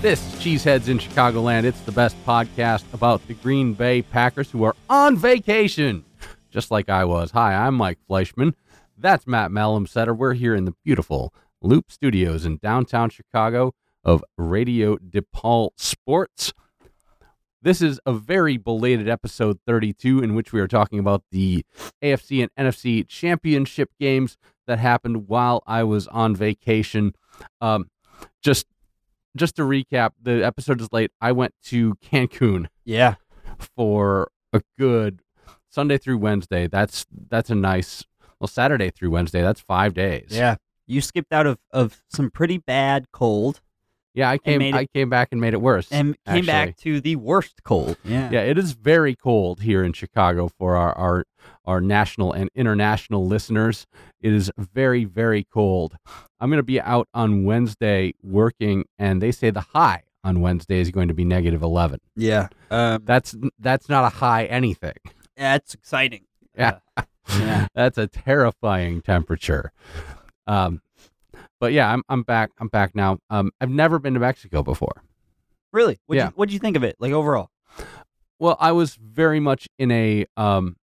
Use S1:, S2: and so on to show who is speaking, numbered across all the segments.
S1: This is Cheeseheads in Chicagoland. It's the best podcast about the Green Bay Packers who are on vacation, just like I was. Hi, I'm Mike Fleischman. That's Matt Malumsetter. We're here in the beautiful Loop Studios in downtown Chicago of Radio DePaul Sports. This is a very belated episode 32 in which we are talking about the AFC and NFC championship games that happened while I was on vacation. Um, just just to recap, the episode is late. I went to Cancun
S2: Yeah.
S1: for a good Sunday through Wednesday. That's that's a nice well Saturday through Wednesday. That's five days.
S2: Yeah. You skipped out of, of some pretty bad cold
S1: yeah. I came
S2: made it-
S1: I came back and made it worse.
S2: and came back to the worst cold.
S1: yeah, it is very cold here in Chicago for our our our national and international listeners. It is very very cold. I'm going to be out on Wednesday working, and they say the high on Wednesday is going to be negative 11.
S2: Yeah. Um,
S1: That's that's not a high anything.
S2: that's exciting. Uh,
S1: Yeah.
S2: Yeah.
S1: That's a terrifying temperature. Um, but yeah, I'm I'm back. I'm back now. Um, I've never been to Mexico before.
S2: Really? What'd,
S1: Yeah.
S2: you, what'd you think of it, like overall?
S1: Well, I was very much in a um,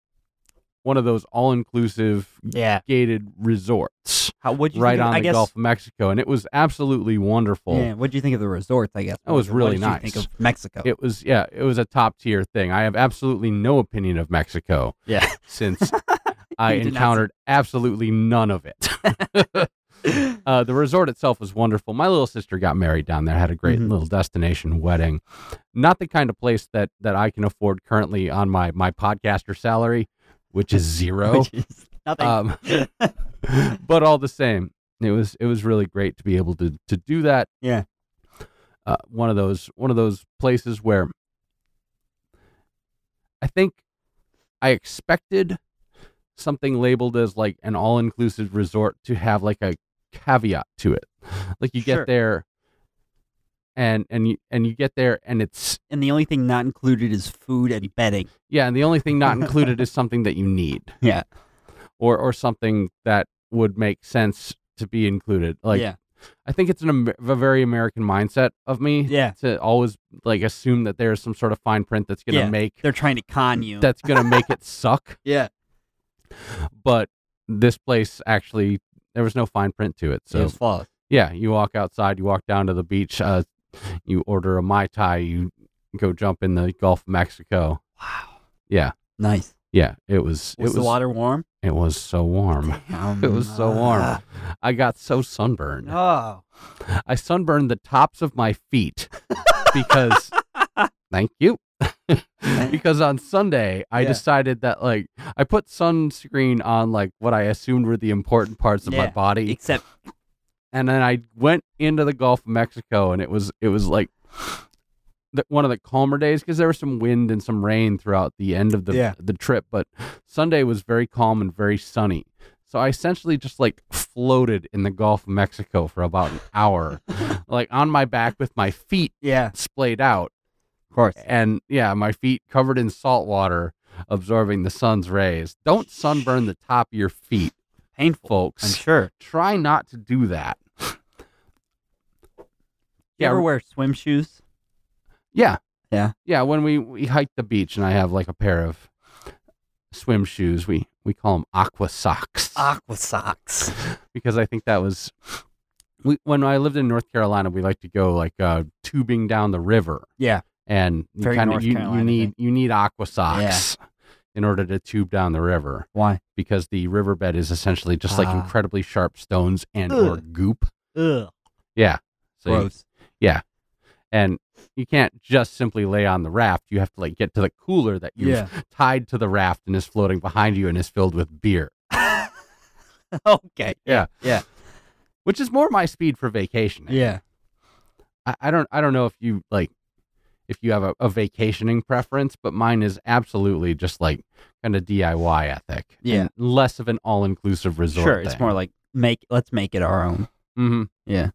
S1: one of those all-inclusive
S2: Yeah.
S1: gated resorts
S2: How, what'd you
S1: right
S2: think of,
S1: on
S2: I
S1: the
S2: guess,
S1: Gulf of Mexico, and it was absolutely wonderful.
S2: Yeah. What'd you think of the resorts, I guess?
S1: That was really
S2: what did
S1: nice.
S2: you think of Mexico?
S1: It was yeah, it was a top-tier thing. I have absolutely no opinion of Mexico
S2: yeah.
S1: since I
S2: You did not say-
S1: encountered absolutely none of it. Uh, the resort itself was wonderful. My little sister got married down there, had a great
S2: Mhm.
S1: little destination wedding. Not the kind of place that that I can afford currently on my my podcaster salary, which is zero.
S2: Which is nothing.
S1: um, but all the same, it was it was really great to be able to to do that.
S2: Yeah.
S1: Uh, one of those one of those places where I think I expected something labeled as like an all inclusive resort to have like a caveat to it. Like you
S2: Sure.
S1: get there and and you and you get there and it's
S2: and the only thing not included is food and bedding.
S1: yeah, and the only thing not included is something that you need.
S2: Yeah.
S1: Or or something that would make sense to be included. Like
S2: yeah.
S1: I think it's an Amer- a very American mindset of me
S2: Yeah.
S1: to always like assume that there's some sort of fine print that's going to
S2: Yeah.
S1: make
S2: They're trying to con you.
S1: that's going to make it suck.
S2: yeah.
S1: But this place actually there was no fine print to it.
S2: So, it
S1: So
S2: was flawless.
S1: yeah, you walk outside, you walk down to the beach, uh, you order a mai tai, you go jump in the Gulf of Mexico.
S2: Wow.
S1: Yeah.
S2: Nice.
S1: Yeah, it was
S2: Was
S1: it
S2: the
S1: was
S2: water warm? Um, uh,
S1: it was so warm. It was so warm. I got so sunburned.
S2: Oh.
S1: I sunburned the tops of my feet because thank you. because on Sunday I
S2: Yeah.
S1: decided that like I put sunscreen on like what I assumed were the important parts of my
S2: Yeah.
S1: body
S2: Except
S1: and then I went into the Gulf of Mexico and it was it was like the, one of the calmer days because there was some wind and some rain throughout the end of the
S2: Yeah.
S1: the trip but Sunday was very calm and very sunny. So I essentially just like floated in the Gulf of Mexico for about an hour like on my back with my feet
S2: yeah,
S1: splayed out
S2: of course.
S1: and yeah, my feet covered in salt water, absorbing the sun's rays. Don't sunburn the top of your feet,
S2: Painful. I'm
S1: folks.
S2: sure.
S1: Try not to do that.
S2: You
S1: Yeah,
S2: ever
S1: r-
S2: wear swim shoes?
S1: Yeah,
S2: Yeah.
S1: yeah. When we we hiked the beach, and I have like a pair of swim shoes. We we call them aqua socks
S2: Aqua socks.
S1: because I think that was. We, when I lived in North Carolina, we like to go like uh, tubing down the river.
S2: Yeah.
S1: and you
S2: Very
S1: kind of
S2: North
S1: you, you
S2: Carolina
S1: need
S2: thing.
S1: you need aqua socks in order to tube down the river.
S2: Why?
S1: because the riverbed is essentially just like
S2: Ah.
S1: incredibly sharp stones and or
S2: Ugh.
S1: goop.
S2: Ugh.
S1: Yeah. So you,
S2: Gross.
S1: and you can't just simply lay on the raft. You have to like get to the cooler that you've tied to the raft and is floating behind you and is filled with beer,
S2: okay.
S1: which is more my speed for vacation.
S2: Yeah.
S1: I, I don't I don't know if you like if you have a, a vacationing preference, but mine is absolutely just like kind of DIY ethic.
S2: Yeah.
S1: and less of an all inclusive resort.
S2: Sure. It's more like make. Let's make it our own.
S1: hmm
S2: Yeah.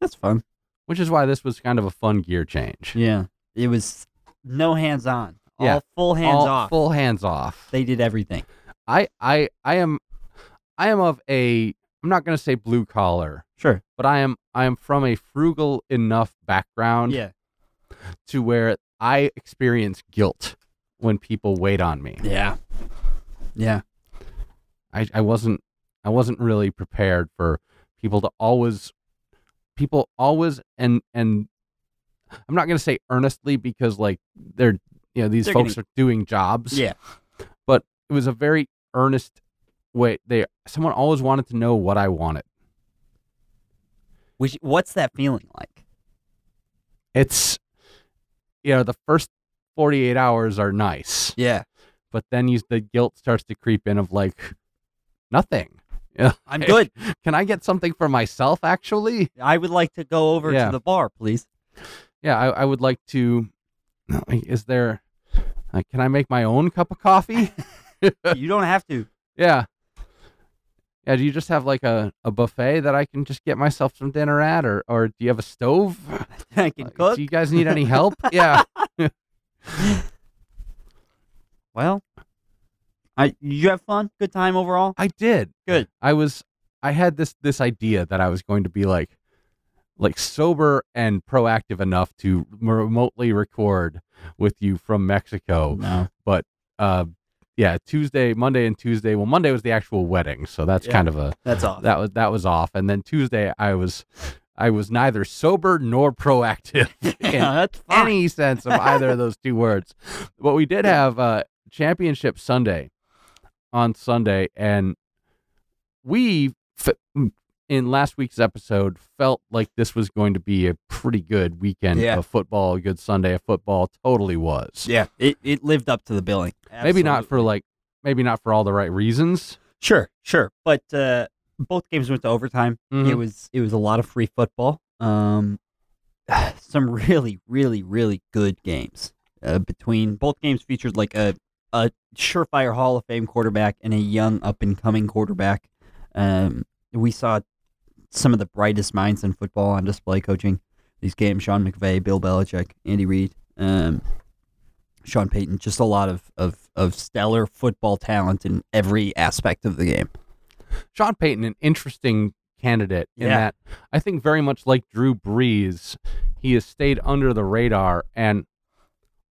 S2: That's fun.
S1: Which is why this was kind of a fun gear change.
S2: Yeah. It was no hands on.
S1: Yeah.
S2: All full hands
S1: All
S2: off.
S1: Full hands off.
S2: They did everything.
S1: I I I am I am of a I'm not going to say blue collar,
S2: Sure.
S1: but I am I am from a frugal enough background
S2: Yeah.
S1: to where I experience guilt when people wait on me.
S2: Yeah. Yeah.
S1: I, I wasn't I wasn't really prepared for people to always people always and and I'm not gonna say earnestly because like they're you know these
S2: They're
S1: folks are doing jobs.
S2: Yeah.
S1: It was a very earnest way they someone always wanted to know what I wanted.
S2: Which what's that feeling like?
S1: It's you know, the first forty eight hours are nice.
S2: Yeah.
S1: But then you the guilt starts to creep in of like nothing.
S2: I'm
S1: Hey.
S2: good.
S1: Can I get something for myself actually?
S2: I would like to go over
S1: Yeah.
S2: to the bar, please.
S1: yeah, I, I would like to. Is there? Uh, can I make my own cup of coffee?
S2: you don't have to.
S1: yeah. Yeah. Do you just have like a, a buffet that I can just get myself some dinner at, or or do you have a stove?
S2: I can
S1: Uh,
S2: cook.
S1: Do you guys need any help? yeah.
S2: Well, I you have fun? Good time overall?
S1: I did.
S2: Good.
S1: I was I had this this idea that I was going to be like like sober and proactive enough to remotely record with you from Mexico.
S2: no.
S1: Uh yeah, Tuesday, Monday and Tuesday. Well, Monday was the actual wedding, so that's
S2: Yeah.
S1: kind of a
S2: That's all.
S1: that was that was off and then tuesday i was i was neither sober nor proactive in
S2: that's fine.
S1: any sense of either of those two words but we did have uh championship sunday on sunday and we f- in last week's episode felt like this was going to be a pretty good weekend
S2: Yeah.
S1: of football a good sunday of football totally was
S2: Yeah, it, it lived up to the billing.
S1: maybe not for like maybe not for all the right reasons
S2: sure, sure, but uh, both games went to overtime. It
S1: Mhm.
S2: was it was a lot of free football. Um, some really, really, really good games uh, between both games featured like a a surefire Hall of Fame quarterback and a young up and coming quarterback. Um, we saw some of the brightest minds in football on display coaching these games. Sean McVay, Bill Belichick, Andy Reid, um, Sean Payton, just a lot of, of, of stellar football talent in every aspect of the game.
S1: Sean Payton, an interesting candidate in
S2: Yeah.
S1: that I think very much like Drew Brees, he has stayed under the radar and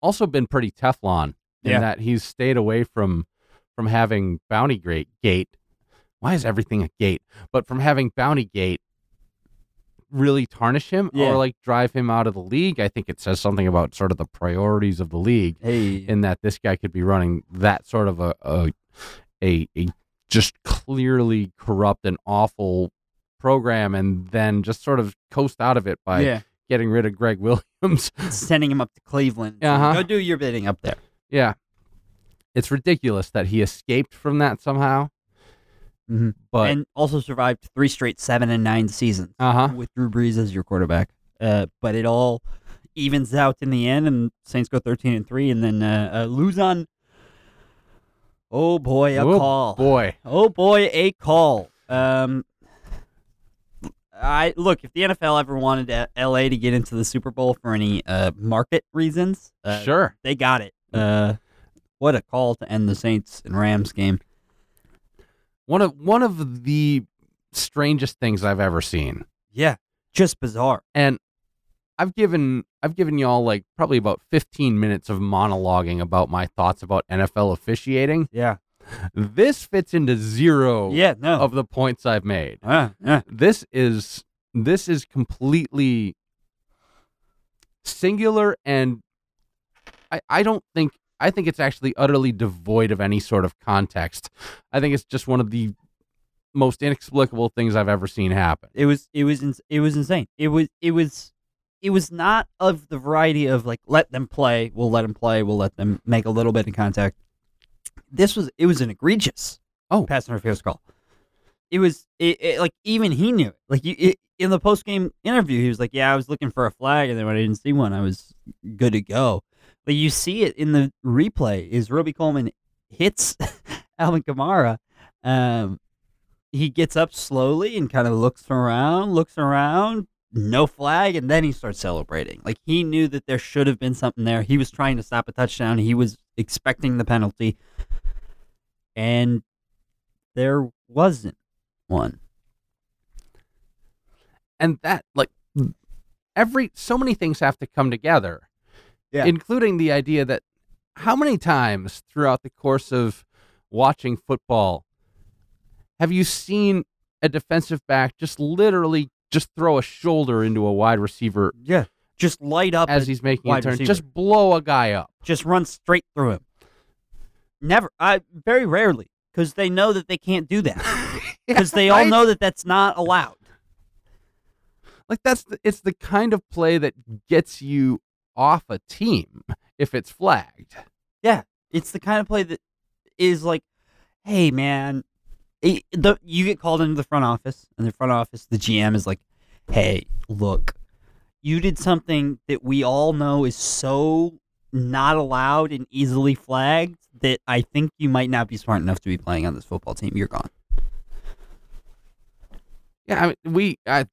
S1: also been pretty Teflon in
S2: Yeah.
S1: that he's stayed away from from having bounty great gate. Why is everything a gate? But from having bounty gate really tarnish him
S2: Yeah.
S1: or like drive him out of the league. I think it says something about sort of the priorities of the league
S2: Hey,
S1: in that this guy could be running that sort of a a, a, a just clearly corrupt and awful program and then just sort of coast out of it by
S2: yeah,
S1: getting rid of Greg Williams.
S2: sending him up to Cleveland.
S1: Uh-huh.
S2: Go do your bidding up there.
S1: yeah. It's ridiculous that he escaped from that somehow.
S2: Mhm.
S1: But
S2: and also survived three straight seven and nine seasons
S1: uh-huh.
S2: with Drew Brees as your quarterback. Uh, but it all evens out in the end, and Saints go thirteen and three, and then uh, uh, lose on. Oh boy, a
S1: Oh,
S2: call.
S1: Boy.
S2: Oh boy, a call. Um, I look if the NFL ever wanted uh, LA to get into the Super Bowl for any uh, market reasons, uh,
S1: sure.
S2: they got it. Uh, what a call to end the Saints and Rams game.
S1: One of one of the strangest things I've ever seen.
S2: Yeah, just bizarre.
S1: And I've given I've given y'all like probably about 15 minutes of monologuing about my thoughts about NFL officiating.
S2: Yeah,
S1: This fits into zero
S2: yeah, no,
S1: of the points I've made.
S2: Uh, uh,
S1: This is this is completely singular and I, I don't think I think it's actually utterly devoid of any sort of context. I think it's just one of the most inexplicable things I've ever seen happen.
S2: it was it was ins- it was insane. It was it was it was not of the variety of like let them play, we'll let them play, we'll let them make a little bit of contact. This was it was an egregious
S1: Oh.
S2: pass interference call. It was it, it like even he knew it. Like you, it, in the post game interview, he was like, "Yeah, I was looking for a flag, and then when I didn't see one, I was good to go." But you see it in the replay is Roby Coleman hits Alvin Kamara. Um, he gets up slowly and kind of looks around, looks around, no flag, and then he starts celebrating. Like he knew that there should have been something there. He was trying to stop a touchdown. He was expecting the penalty, and there wasn't one.
S1: and that like every so many things have to come together
S3: Yeah.
S1: including the idea that how many times throughout the course of watching football have you seen a defensive back just literally just throw a shoulder into a wide receiver
S2: Yeah. Just light up
S1: as
S2: and
S1: he's making a
S2: wide
S1: turn
S2: receiver.
S1: just blow a guy up
S2: just run straight through him. Never. I very rarely because they know that they can't do that because they all
S1: Right?
S2: know that that's not allowed.
S1: like that's the, it's the kind of play that gets you off a team if it's flagged
S2: It's the kind of play that is like, hey man, it- the, you get called into the front office, and the front office, the GM is like, hey, look, you did something that we all know is so not allowed and easily flagged that I think you might not be smart enough to be playing on this football team. You're gone.
S1: Yeah, I mean, we I,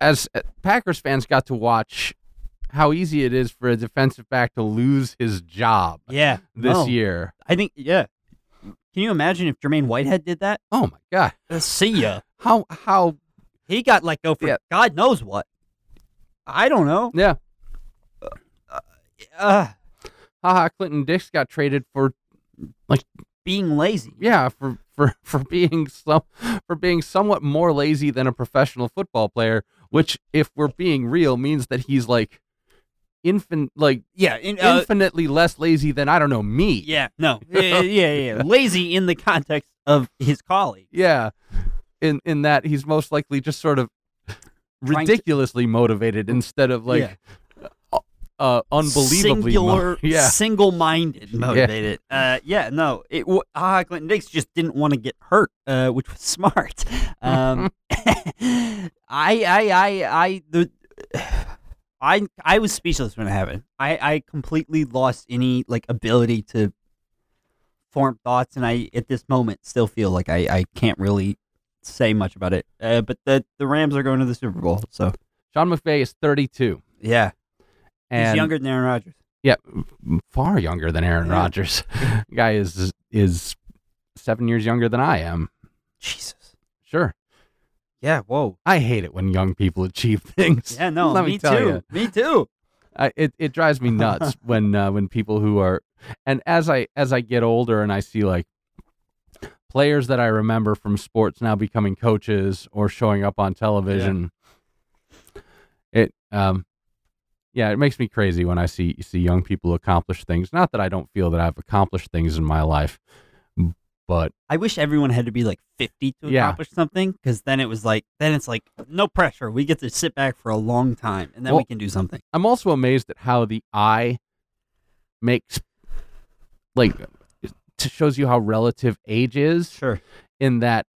S1: as uh, Packers fans got to watch how easy it is for a defensive back to lose his job
S2: Yeah.
S1: this
S2: no.
S1: year.
S2: Oh, I think yeah. Can you imagine if Jermaine Whitehead did that?
S1: Oh my god,
S2: see ya.
S1: how how
S2: He got let go for
S1: Yeah.
S2: God knows what. I don't know.
S1: yeah,
S2: Uh,
S1: haha. Clinton Dix got traded for
S2: being lazy.
S1: yeah for for for being some for being somewhat more lazy than a professional football player, which if we're being real means that he's like infin like
S2: Yeah. In, uh,
S1: infinitely less lazy than I don't know me.
S2: yeah. No. yeah, yeah. Yeah. Lazy in the context of his colleague.
S1: Yeah. In in that he's most likely just sort of
S2: Trying to-
S1: ridiculously motivated instead of like uh, uh, unbelievably mo-
S2: Singular,
S1: yeah.
S2: single-minded, motivated. Uh, yeah, no. It w- ah, Clinton Dix just didn't want to get hurt, uh, which was smart. Um, I, I, I, I, the, I, I was speechless when it happened. I, I completely lost any like ability to form thoughts, and I at this moment still feel like I, I can't really say much about it. Uh, but the the Rams are going to the Super Bowl, so
S1: Sean McVay is 32
S2: yeah,
S1: and
S2: he's younger than Aaron Rodgers.
S1: Yeah, far younger than Aaron
S2: Yeah.
S1: Rodgers. Guy is is 7 years younger than I am.
S2: Jesus.
S1: Sure.
S2: Yeah. Whoa.
S1: I hate it when young people achieve things.
S2: Yeah, no,
S1: Let me
S2: me,
S1: tell
S2: too.
S1: ya.
S2: Me too.
S1: I, it it drives me nuts when uh, when people who are and as I as I get older and I see like players that I remember from sports now becoming coaches or showing up on television. It um yeah, it makes me crazy when I see see young people accomplish things. Not that I don't feel that I've accomplished things in my life, but
S2: I wish everyone had to be like 50 to
S1: Yeah.
S2: accomplish something because then it was like, then it's like, no pressure. We get to sit back for a long time and then
S1: Well-
S2: we can do something.
S1: I'm also amazed at how the eye makes like it shows you how relative age is.
S2: Sure.
S1: in that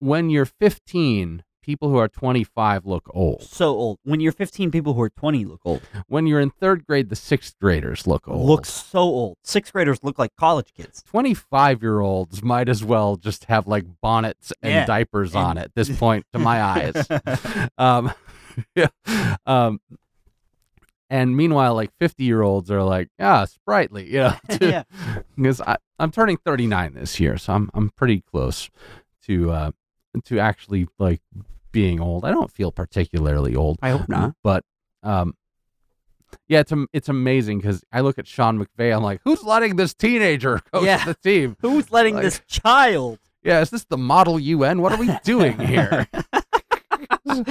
S1: when you're 15, people who are 25 look old.
S2: So old. When you're 15, people who are 20 look old.
S1: When you're in third grade, the sixth graders look old.
S2: Look so old. Sixth graders look like college kids.
S1: 25 year olds might as well just have like bonnets and
S2: Yeah,
S1: diapers on
S2: and-
S1: at this point to my eyes. Um, yeah. Um, and meanwhile, like 50 year olds are like, ah, sprightly, you know,
S2: yeah.
S1: because I'm turning 39 this year, so I'm I'm pretty close to uh, to actually like being old. I don't feel particularly old.
S2: I hope not.
S1: But um, yeah, it's am- it's amazing because I look at Sean McVay. I'm like, who's letting this teenager coach
S2: Yeah.
S1: the team?
S2: Who's letting
S1: Like-
S2: this child?
S1: Yeah, is this the model UN? What are we doing here?
S2: Sean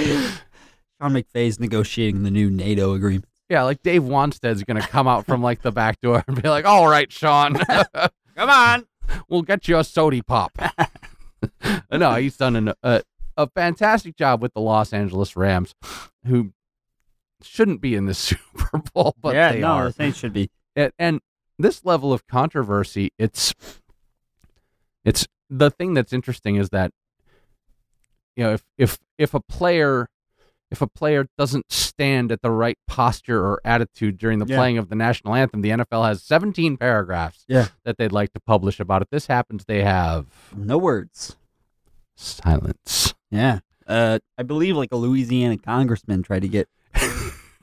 S2: McVay's negotiating the new NATO agreement.
S1: yeah, like Dave Wanstead's gonna come out from like the back door and be like, all right, Sean,
S2: Come on.
S1: we'll get you a sody pop. no, he's done an, a a fantastic job with the Los Angeles Rams, who shouldn't be in the Super Bowl, but
S2: yeah,
S1: they
S2: no,
S1: are.
S2: the Saints should be.
S1: and, and this level of controversy it's it's the thing that's interesting is that you know if if if a player if a player doesn't stand at the right posture or attitude during the
S2: Yeah.
S1: playing of the national anthem the NFL has 17 paragraphs
S2: Yeah.
S1: that they'd like to publish about it this happens they have
S2: No words.
S1: silence
S2: Yeah. Uh, I believe like a Louisiana congressman tried to get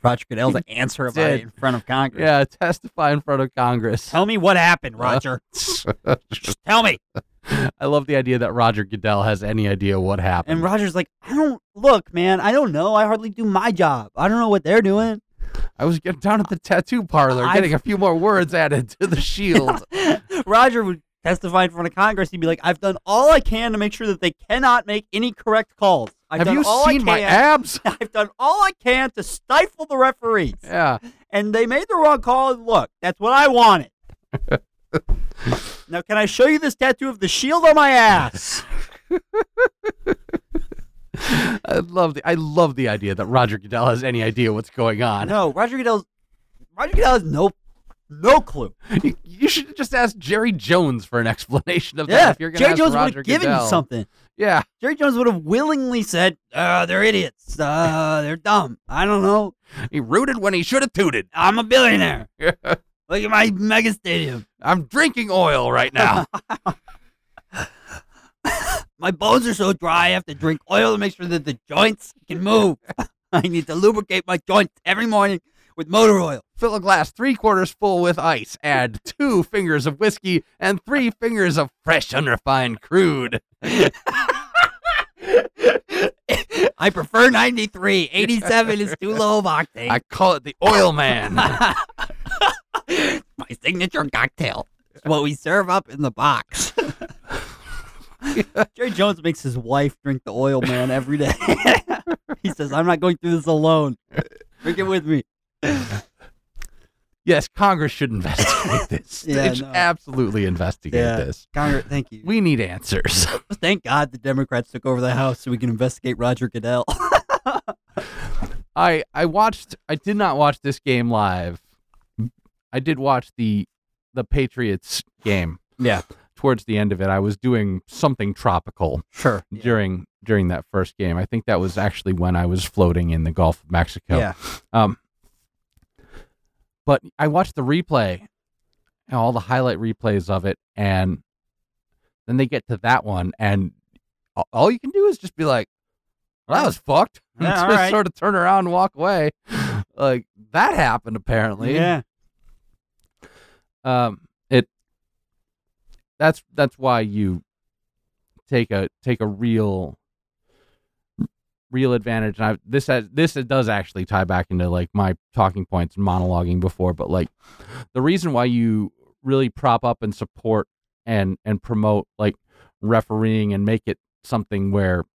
S2: Roger Goodell to answer about
S1: did.
S2: it in front of Congress.
S1: yeah Uh-huh. testify in front of congress
S2: Tell me what happened,
S1: Well,
S2: Roger. Just tell me.
S1: I love the idea that Roger Goodell has any idea what happened.
S2: And Roger's like, I don't look, man. I don't know. I hardly do my job. I don't know what they're doing.
S1: I was getting down at the tattoo parlor,
S2: I've-
S1: getting a few more words added to the shield.
S2: Roger would testify in front of Congress. He'd be like, I've done all I can to make sure that they cannot make any correct calls. I've
S1: Have
S2: done
S1: you
S2: all I
S1: seen my
S2: can-
S1: abs?
S2: I've done all I can to stifle the referees.
S1: Yeah.
S2: And they made the wrong call. And look, that's what I wanted. now, can I show you this tattoo of the shield on my ass?
S1: I love the I love the idea that Roger Goodell has any idea what's going on.
S2: no, Roger Goodell's Roger Goodell has no no clue.
S1: You, you should just ask Jerry Jones for an explanation of that
S2: Yeah,
S1: if you're going to
S2: Jerry
S1: ask
S2: Jones would
S1: Roger
S2: have given
S1: Goodell.
S2: you something.
S1: Yeah.
S2: Jerry Jones would have willingly said, uh, they're idiots. Uh, they're dumb. I don't know.
S1: He rooted when he should have tooted.
S2: I'm a billionaire. Look at my mega stadium.
S1: I'm drinking oil right now.
S2: My bones are so dry, I have to drink oil to make sure that the joints can move. I need to lubricate my joints every morning with motor oil.
S1: Fill a glass three quarters full with ice. Add two fingers of whiskey and three fingers of fresh, unrefined crude.
S2: I prefer 93. 87 is too low of octane.
S1: I call it the oil man.
S2: my signature cocktail. It's what we serve up in the box. Jerry Jones makes his wife drink the oil man every day. he says, I'm not going through this alone. Drink it with me.
S1: yes, Congress should investigate this.
S2: Yeah,
S1: they should
S2: no.
S1: absolutely investigate
S2: Yeah.
S1: this.
S2: Congress, thank you.
S1: We need answers.
S2: Thank God the Democrats took over the House so we can investigate Roger Goodell.
S1: I I watched I did not watch this game live. I did watch the the Patriots game.
S2: Yeah.
S1: Towards the end of it, I was doing something tropical
S2: sure.
S1: during during that first game. I think that was actually when I was floating in the Gulf of Mexico.
S2: Yeah.
S1: Um but I watched the replay, and all the highlight replays of it and then they get to that one and a- all you can do is just be like well, that was fucked. And
S2: Yeah, all
S1: just
S2: right.
S1: sort of turn around and walk away. Like that happened apparently.
S2: Yeah.
S1: Um it that's that's why you take a take a real real advantage and I this has this it does actually tie back into like my talking points and monologuing before but like the reason why you really prop up and support and and promote like refereeing and make it something where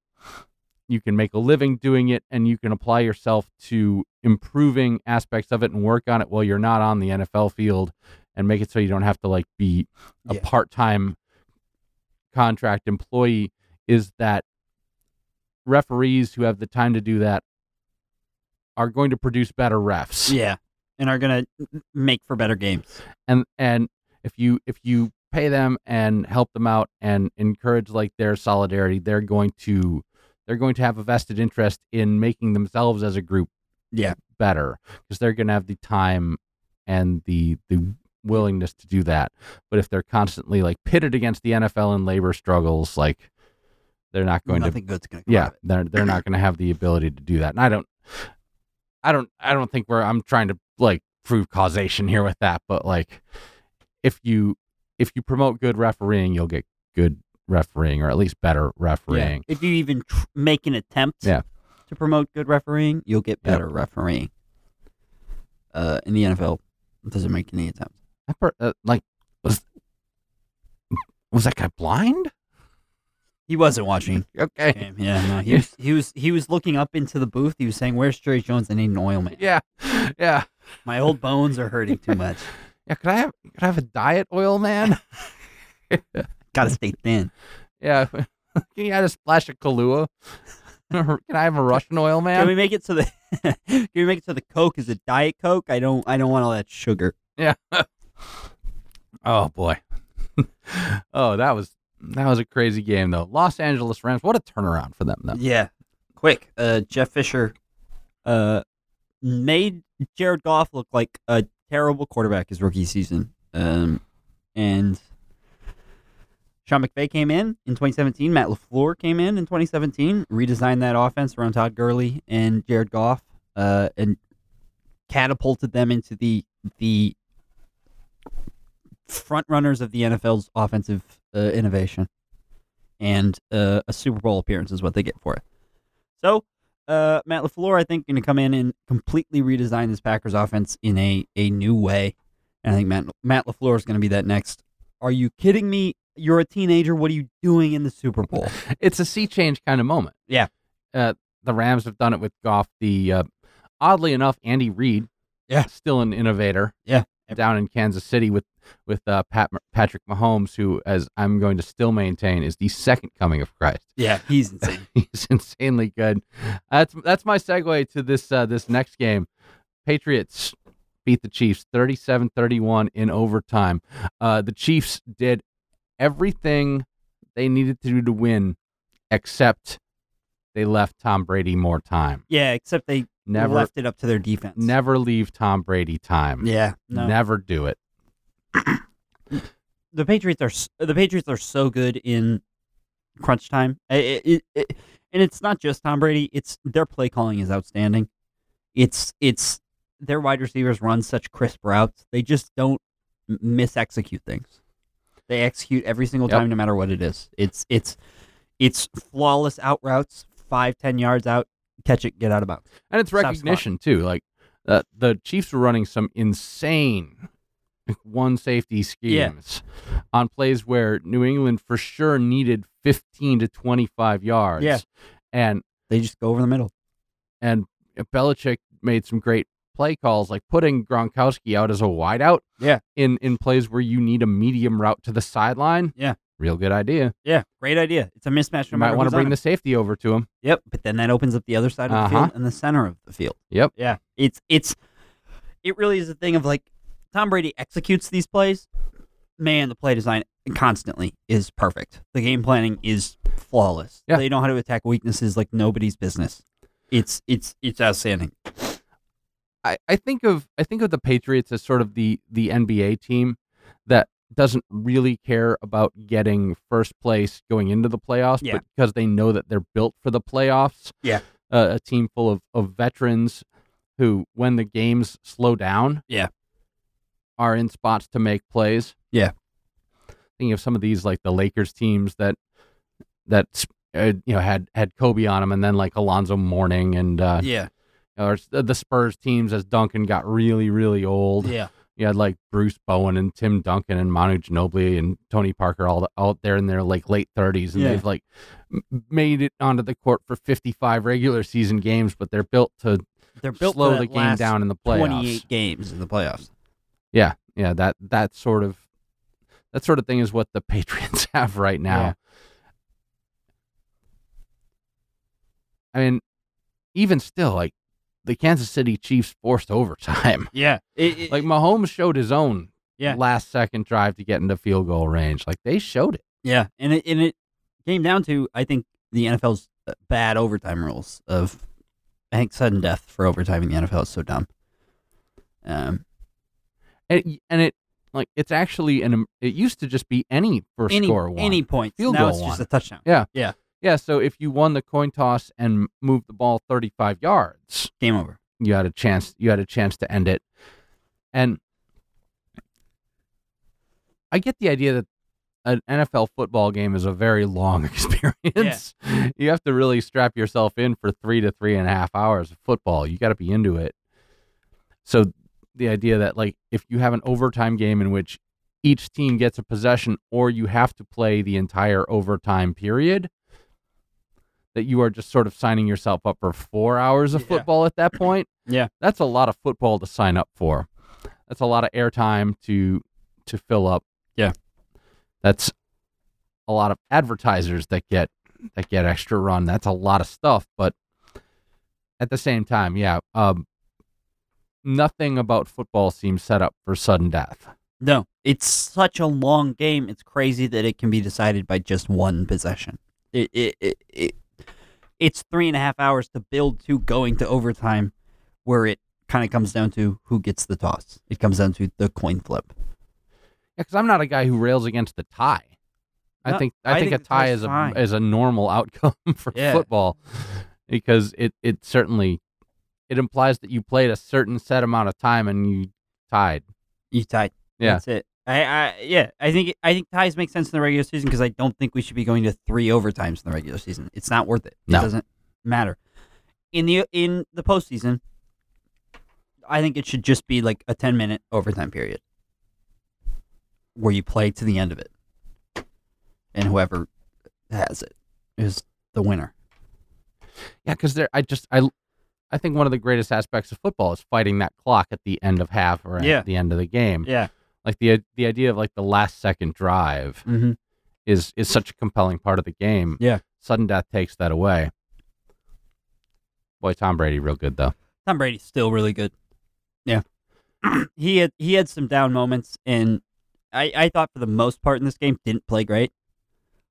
S1: you can make a living doing it and you can apply yourself to improving aspects of it and work on it while you're not on the NFL field and make it so you don't have to like be a
S2: Yeah.
S1: part-time contract employee is that referees who have the time to do that are going to produce better refs
S2: Yeah. And are going to make for better games.
S1: and and if you if you pay them and help them out and encourage like their solidarity they're going to they're going to have a vested interest in making themselves as a group
S2: Yeah.
S1: better because they're going to have the time and the the willingness to do that but if they're constantly like pitted against the NFL and labor struggles like they're not going to
S2: Nothing good's going to come
S1: yeah
S2: of it.
S1: they're they're not going to have the ability to do that and i don't i don't i don't think we're i'm trying to like prove causation here with that but like if you if you promote good refereeing you'll get good refereeing or at least better refereeing
S2: If you even tr- make an attempt
S1: Yeah.
S2: to promote good refereeing, you'll get
S1: Yeah.
S2: better refereeing. Uh, in the NFL, it doesn't make any attempt.
S1: that per, uh, like was was that guy blind
S2: He wasn't watching. the
S1: okay
S2: game. Yeah, no, he was, he was he was looking up into the booth. He was saying, "Where's Jerry Jones? I need an oil man.
S1: yeah yeah
S2: My old bones are hurting too much.
S1: yeah could i have could i have a diet oil man
S2: Got to stay thin."
S1: yeah can you add a splash of kahlua can i have a russian oil
S2: Can
S1: man
S2: we make it so the Can we make it so the Coke is a diet Coke? I don't I don't want all that sugar.
S1: Oh boy. oh, that was that was a crazy game though. Los Angeles Rams. What a turnaround for them though.
S2: Yeah, quick. Uh, Jeff Fisher, uh, made Jared Goff look like a terrible quarterback his rookie season. Um, and Sean McVay came in in 2017. Matt Lafleur came in in 2017. Redesigned that offense around Todd Gurley and Jared Goff. Uh, and catapulted them into the the front runners of the NFL's offensive uh, innovation. and uh, a Super Bowl appearance is what they get for it. So uh, Matt Lafleur, I think, going to come in and completely redesign this Packers offense in a a new way. And I think Matt Matt Lafleur is going to be that next. Are you kidding me? You're a teenager. What are you doing in the Super Bowl?
S1: It's a sea change kind of moment.
S2: Yeah.
S1: Uh, the Rams have done it with Goff. The uh, oddly enough, Andy Reid,
S2: Yeah.
S1: still an innovator.
S2: Yeah.
S1: down in Kansas City with with uh, Pat Patrick Mahomes, who, as I'm going to still maintain, is the second coming of Christ.
S2: yeah, he's insane.
S1: He's insanely good. That's that's my segue to this uh, this next game. Patriots beat the Chiefs 37-31 in overtime. Uh, the Chiefs did everything they needed to do to win, except they left Tom Brady more time.
S2: yeah, except they
S1: Never
S2: left it up to their defense.
S1: never leave Tom Brady time.
S2: Yeah, no.
S1: Never do it.
S2: the Patriots are s- the Patriots are so good in crunch time, I- I- I- I- and it's not just Tom Brady. It's their play calling is outstanding. It's it's their wide receivers run such crisp routes. They just don't m- misexecute things. They execute every single
S1: Yep.
S2: time, no matter what it is. It's it's it's flawless out routes, five ten yards out, catch it, get out of bounds.
S1: And it's
S2: Stop spot.
S1: recognition too. Like uh, the Chiefs were running some insane one safety schemes on plays where New England for sure needed 15 to 25 yards.
S2: Yeah.
S1: And
S2: They just go over the middle.
S1: and Belichick made some great play calls like putting Gronkowski out as a wideout.
S2: Yeah.
S1: In in plays where you need a medium route to the sideline.
S2: Yeah.
S1: Real good idea.
S2: Yeah, great idea. It's a mismatch.
S1: You might want to bring the safety over to him.
S2: Yep. But then that opens up the other side of the
S1: Uh-huh.
S2: field and the center of the field.
S1: Yep.
S2: Yeah. It's it's it really is a thing of like Tom Brady executes these plays. Man, the play design constantly is perfect. The game planning is flawless.
S1: Yeah.
S2: They know how to attack weaknesses like nobody's business. It's it's it's outstanding.
S1: I, I think of I think of the Patriots as sort of the the NBA team that doesn't really care about getting first place going into the playoffs,
S2: Yeah.
S1: but because they know that they're built for the playoffs.
S2: Yeah.
S1: uh, a team full of of veterans who, when the games slow down,
S2: Yeah.
S1: are in spots to make plays.
S2: Yeah.
S1: thinking of some of these like the Lakers teams that that uh, you know had had Kobe on them, and then like Alonzo Mourning and uh,
S2: Yeah.
S1: or s- the Spurs teams as Duncan got really, really old.
S2: Yeah.
S1: You had like Bruce Bowen and Tim Duncan and Manu Ginobili and Tony Parker all out there in their like late 30s, and
S2: Yeah.
S1: they've like m- made it onto the court for 55 regular season games, but they're built to
S2: They're built
S1: slow
S2: for that
S1: the game
S2: last
S1: down in the playoffs.
S2: 28 games in the playoffs.
S1: Yeah, yeah, that that sort of that sort of thing is what the Patriots have right now.
S2: Yeah.
S1: I mean, even still, like the Kansas City Chiefs forced overtime.
S2: Yeah. It, it-
S1: Like Mahomes showed his own
S2: Yeah.
S1: last second drive to get into field goal range. Like they showed it.
S2: Yeah, and it and it came down to I think the NFL's uh, bad overtime rules of I think sudden death for overtime in the NFL is so dumb. Um,
S1: And, and it like it's actually an it used to just be any first
S2: any
S1: score one.
S2: any points
S1: Field
S2: now
S1: goal
S2: it's just
S1: one.
S2: a touchdown.
S1: Yeah, so if you won the coin toss and moved the ball 35 yards,
S2: Game over.
S1: you had a chance you had a chance to end it. And I get the idea that an NFL football game is a very long experience. You have to really strap yourself in for three to three and a half hours of football. You got to be into it. So the idea that like if you have an overtime game in which each team gets a possession or you have to play the entire overtime period, that you are just sort of signing yourself up for four hours of
S2: Yeah.
S1: football at that point.
S2: Yeah.
S1: That's a lot of football to sign up for. That's a lot of airtime to to fill up.
S2: Yeah.
S1: That's a lot of advertisers that get that get extra run. That's a lot of stuff, but at the same time, yeah, um, nothing about football seems set up for sudden death.
S2: No, it's such a long game. It's crazy that it can be decided by just one possession. It, it, it, it it's three and a half hours to build to going to overtime, where it kind of comes down to who gets the toss. It comes down to the coin flip.
S1: Because I'm not a guy who rails against the tie. I
S2: No,
S1: think I,
S2: I
S1: think,
S2: think
S1: a
S2: the
S1: tie
S2: tie's
S1: is a
S2: fine.
S1: is a normal outcome for
S2: Yeah.
S1: football because it it certainly it implies that you played a certain set amount of time and you tied.
S2: You tied.
S1: Yeah.
S2: That's it. I, I yeah, I think I think ties make sense in the regular season because I don't think we should be going to three overtimes in the regular season. It's not worth it.
S1: No.
S2: It doesn't matter. In the in the postseason, I think it should just be like a ten minute overtime period where you play to the end of it, and whoever has it is the winner.
S1: Yeah, because there, I just, I, I think one of the greatest aspects of football is fighting that clock at the end of half or at
S2: Yeah.
S1: the end of the game.
S2: Yeah.
S1: Like the the idea of like the last second drive
S2: Mm-hmm.
S1: is is such a compelling part of the game.
S2: Yeah.
S1: sudden death takes that away. Boy, Tom Brady, real good though.
S2: Tom Brady's still really good. Yeah. he had he had some down moments and I, I thought for the most part in this game didn't play great.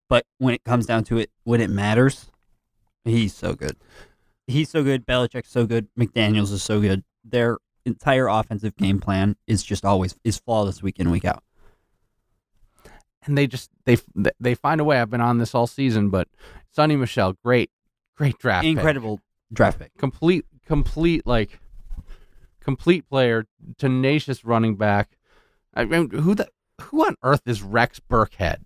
S2: But when it comes down to it, when it matters, he's so good. He's so good, Belichick's so good, McDaniels is so good. Their entire offensive game plan is just always is flawless week in, week out.
S1: And they just they they find a way. I've been on this all season, but Sonny Michelle, great, great draft, pick.
S2: Incredible draft pick.
S1: complete complete like complete player, tenacious running back. I mean, who the who on earth is Rex Burkhead?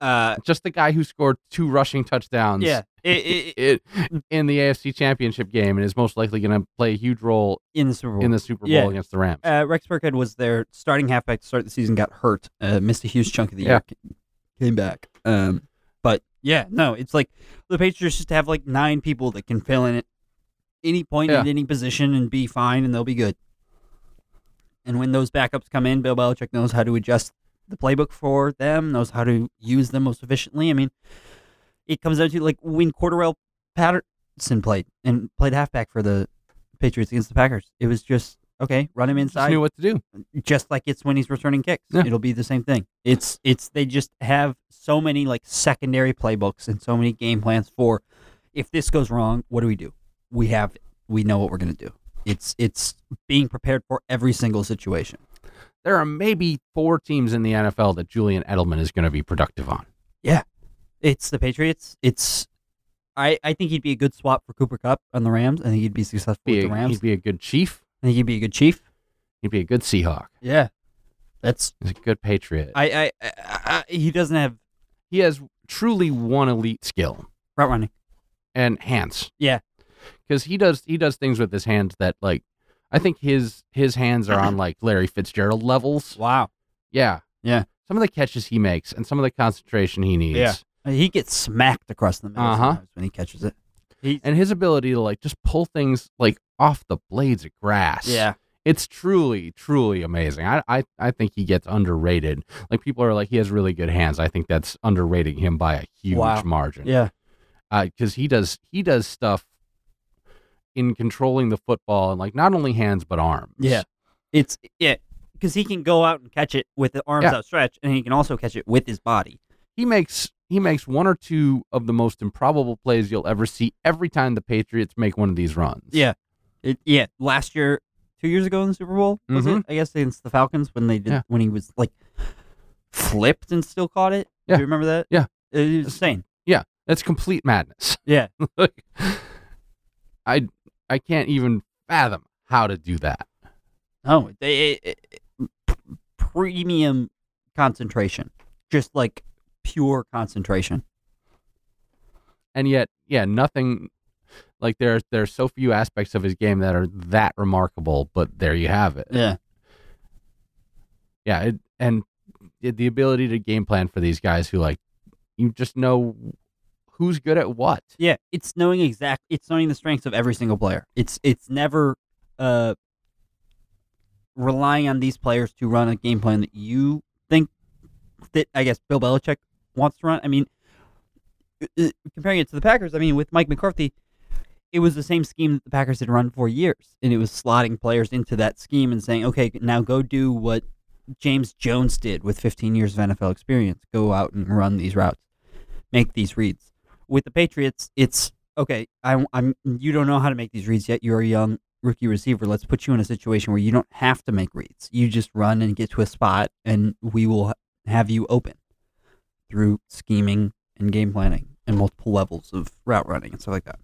S2: Uh
S1: Just the guy who scored two rushing touchdowns.
S2: yeah. It, it, it-
S1: It, in the AFC Championship game, and is most likely going to play a huge role
S2: in the Super Bowl.
S1: in the Super Bowl
S2: Yeah.
S1: against the Rams.
S2: uh, Rex Burkhead was their starting halfback to start the season, got hurt, uh, missed a huge chunk of the
S1: Yeah.
S2: year, c- came back. Um, but yeah, no, it's like the Patriots just have like nine people that can fill in at any point
S1: Yeah.
S2: at any position and be fine and they'll be good. And when those backups come in, Bill Belichick knows how to adjust the playbook for them, knows how to use them most efficiently. I mean, it comes down to like when Corderell Patterson played and played halfback for the Patriots against the Packers. It was just okay, run him
S1: Just
S2: inside
S1: knew what to do.
S2: just like it's when he's returning kicks.
S1: Yeah.
S2: It'll be the same thing. It's it's they just have so many like secondary playbooks and so many game plans for if this goes wrong, what do we do? We have we know what we're gonna do. It's it's being prepared for every single situation.
S1: There are maybe four teams in the NFL that Julian Edelman is going to be productive on.
S2: It's the Patriots. It's I, I think he'd be a good swap for Cooper Cup on the Rams. I think he'd be successful
S1: Be
S2: with
S1: a-
S2: the Rams.
S1: he'd be a good Chief.
S2: I think he'd be a good chief.
S1: He'd be a good Seahawk.
S2: Yeah. That's
S1: He's a good Patriot.
S2: I I, I, I he doesn't have
S1: he has truly one elite skill.
S2: route running.
S1: and hands.
S2: Yeah.
S1: Cuz he does he does things with his hands that like I think his his hands are on like Larry Fitzgerald levels.
S2: Wow.
S1: Yeah.
S2: Yeah.
S1: Some of the catches he makes and some of the concentration he needs.
S2: Yeah. He gets smacked across the middle
S1: Uh-huh.
S2: sometimes when he catches it. He,
S1: And his ability to like just pull things like off the blades of grass.
S2: yeah,
S1: It's truly truly amazing. I I I think he gets underrated. Like people are like he has really good hands. I think that's underrating him by a huge
S2: Wow.
S1: margin.
S2: yeah,
S1: because he does he does stuff in controlling the football and like not only hands but arms.
S2: yeah. It's yeah, because he can go out and catch it with the arms
S1: Yeah.
S2: outstretched, and he can also catch it with his body.
S1: he makes he makes one or two of the most improbable plays you'll ever see every time the Patriots make one of these runs.
S2: Yeah. It, yeah, last year, two years ago in the Super Bowl, was
S1: Mhm.
S2: it? I guess against the Falcons when they did
S1: Yeah.
S2: when he was like flipped and still caught it.
S1: Yeah.
S2: Do you remember that?
S1: Yeah.
S2: it was insane.
S1: that's complete madness.
S2: Yeah.
S1: Like, I I can't even fathom how to do that.
S2: No, they it, it- p- premium concentration, just like pure concentration.
S1: And yet, yeah, nothing like there's there's so few aspects of his game that are that remarkable, but there you have it.
S2: Yeah,
S1: yeah it, and it- the ability to game plan for these guys who like you just know who's good at what
S2: Yeah, it's knowing exact. It's knowing the strengths of every single player. It's it's never uh relying on these players to run a game plan that you think that I guess Bill Belichick wants to run. I mean, uh, uh, comparing it to the Packers, I mean with Mike McCarthy, it was the same scheme that the Packers had run for years, and it was slotting players into that scheme and saying, okay, now go do what James Jones did with 15 years of NFL experience. Go out and run these routes, make these reads with the Patriots, it's okay. I, I'm you don't know how to make these reads yet. You're a young rookie receiver. Let's put you in a situation where you don't have to make reads. You just run and get to a spot, and we will have you open through scheming and game planning and multiple levels of route running and stuff like that.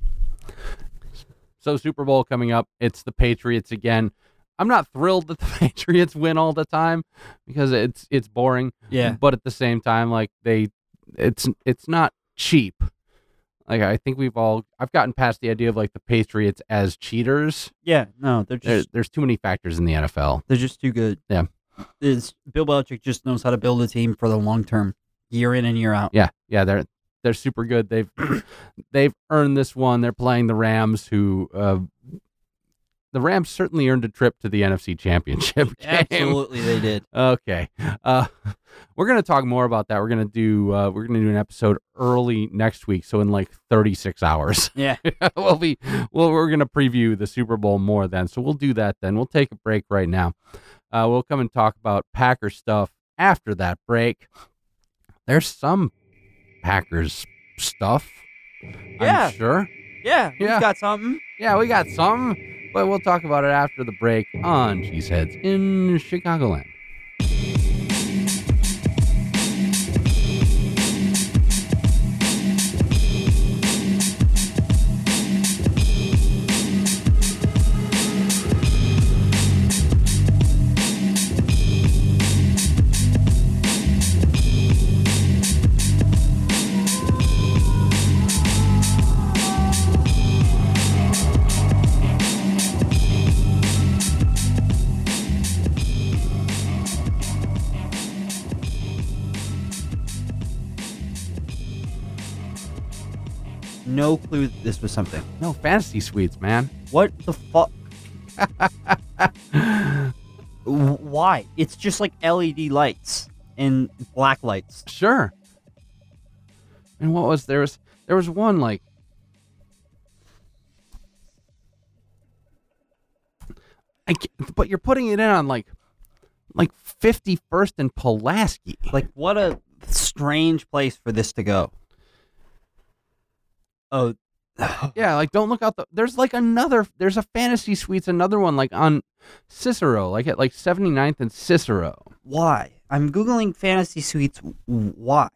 S1: so super bowl coming up it's the patriots again I'm not thrilled that the Patriots win all the time because it's it's boring.
S2: Yeah.
S1: But at the same time, like they, it's it's not cheap. Like I think we've all I've gotten past the idea of like the Patriots as cheaters.
S2: Yeah. No, they're
S1: There,
S2: just
S1: there's too many factors in the NFL.
S2: they're just too good.
S1: Yeah.
S2: It's, Bill Belichick just knows how to build a team for the long term, year in and year out.
S1: Yeah, yeah, they're they're super good. They've they've earned this one. They're playing the Rams, who uh, the Rams certainly earned a trip to the NFC Championship game.
S2: Absolutely, they did.
S1: Okay. Uh, we're gonna talk more about that. We're gonna do uh, we're gonna do an episode early next week, so in like 36 hours.
S2: Yeah.
S1: we'll be well, we're gonna preview the Super Bowl more then. So we'll do that then. We'll take a break right now. Uh, we'll come and talk about Packer stuff after that break. There's some Packers stuff.
S2: Yeah.
S1: I'm sure.
S2: Yeah. we
S1: Yeah.
S2: got something.
S1: Yeah, we got some, but we'll talk about it after the break on Cheeseheads in Chicagoland.
S2: No clue that this was something.
S1: No fantasy suites, man.
S2: What the fuck? Wh- Why? It's just like LED lights and black lights.
S1: Sure. And what was there was there was one like I ca- but you're putting it in on like like 51st and Pulaski.
S2: Like, what a strange place for this to go. Oh,
S1: Yeah, like don't look out the there's like another there's a fantasy suites another one like on Cicero, like at like 79th and Cicero.
S2: why? I'm googling fantasy suites. W- Why?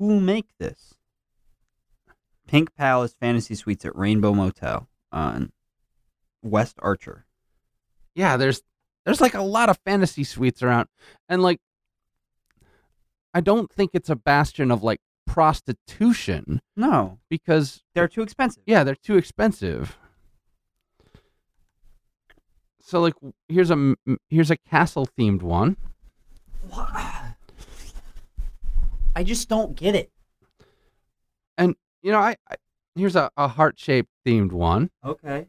S2: Who make this? Pink Palace Fantasy Suites at Rainbow Motel on West Archer.
S1: yeah, there's there's like a lot of fantasy suites around, and like I don't think it's a bastion of like prostitution
S2: No,
S1: because
S2: they're too expensive.
S1: yeah, they're too expensive. So like w- here's a m- m- here's a castle themed one.
S2: I just don't get it.
S1: You know, I, I here's a, a heart shaped themed one.
S2: Okay.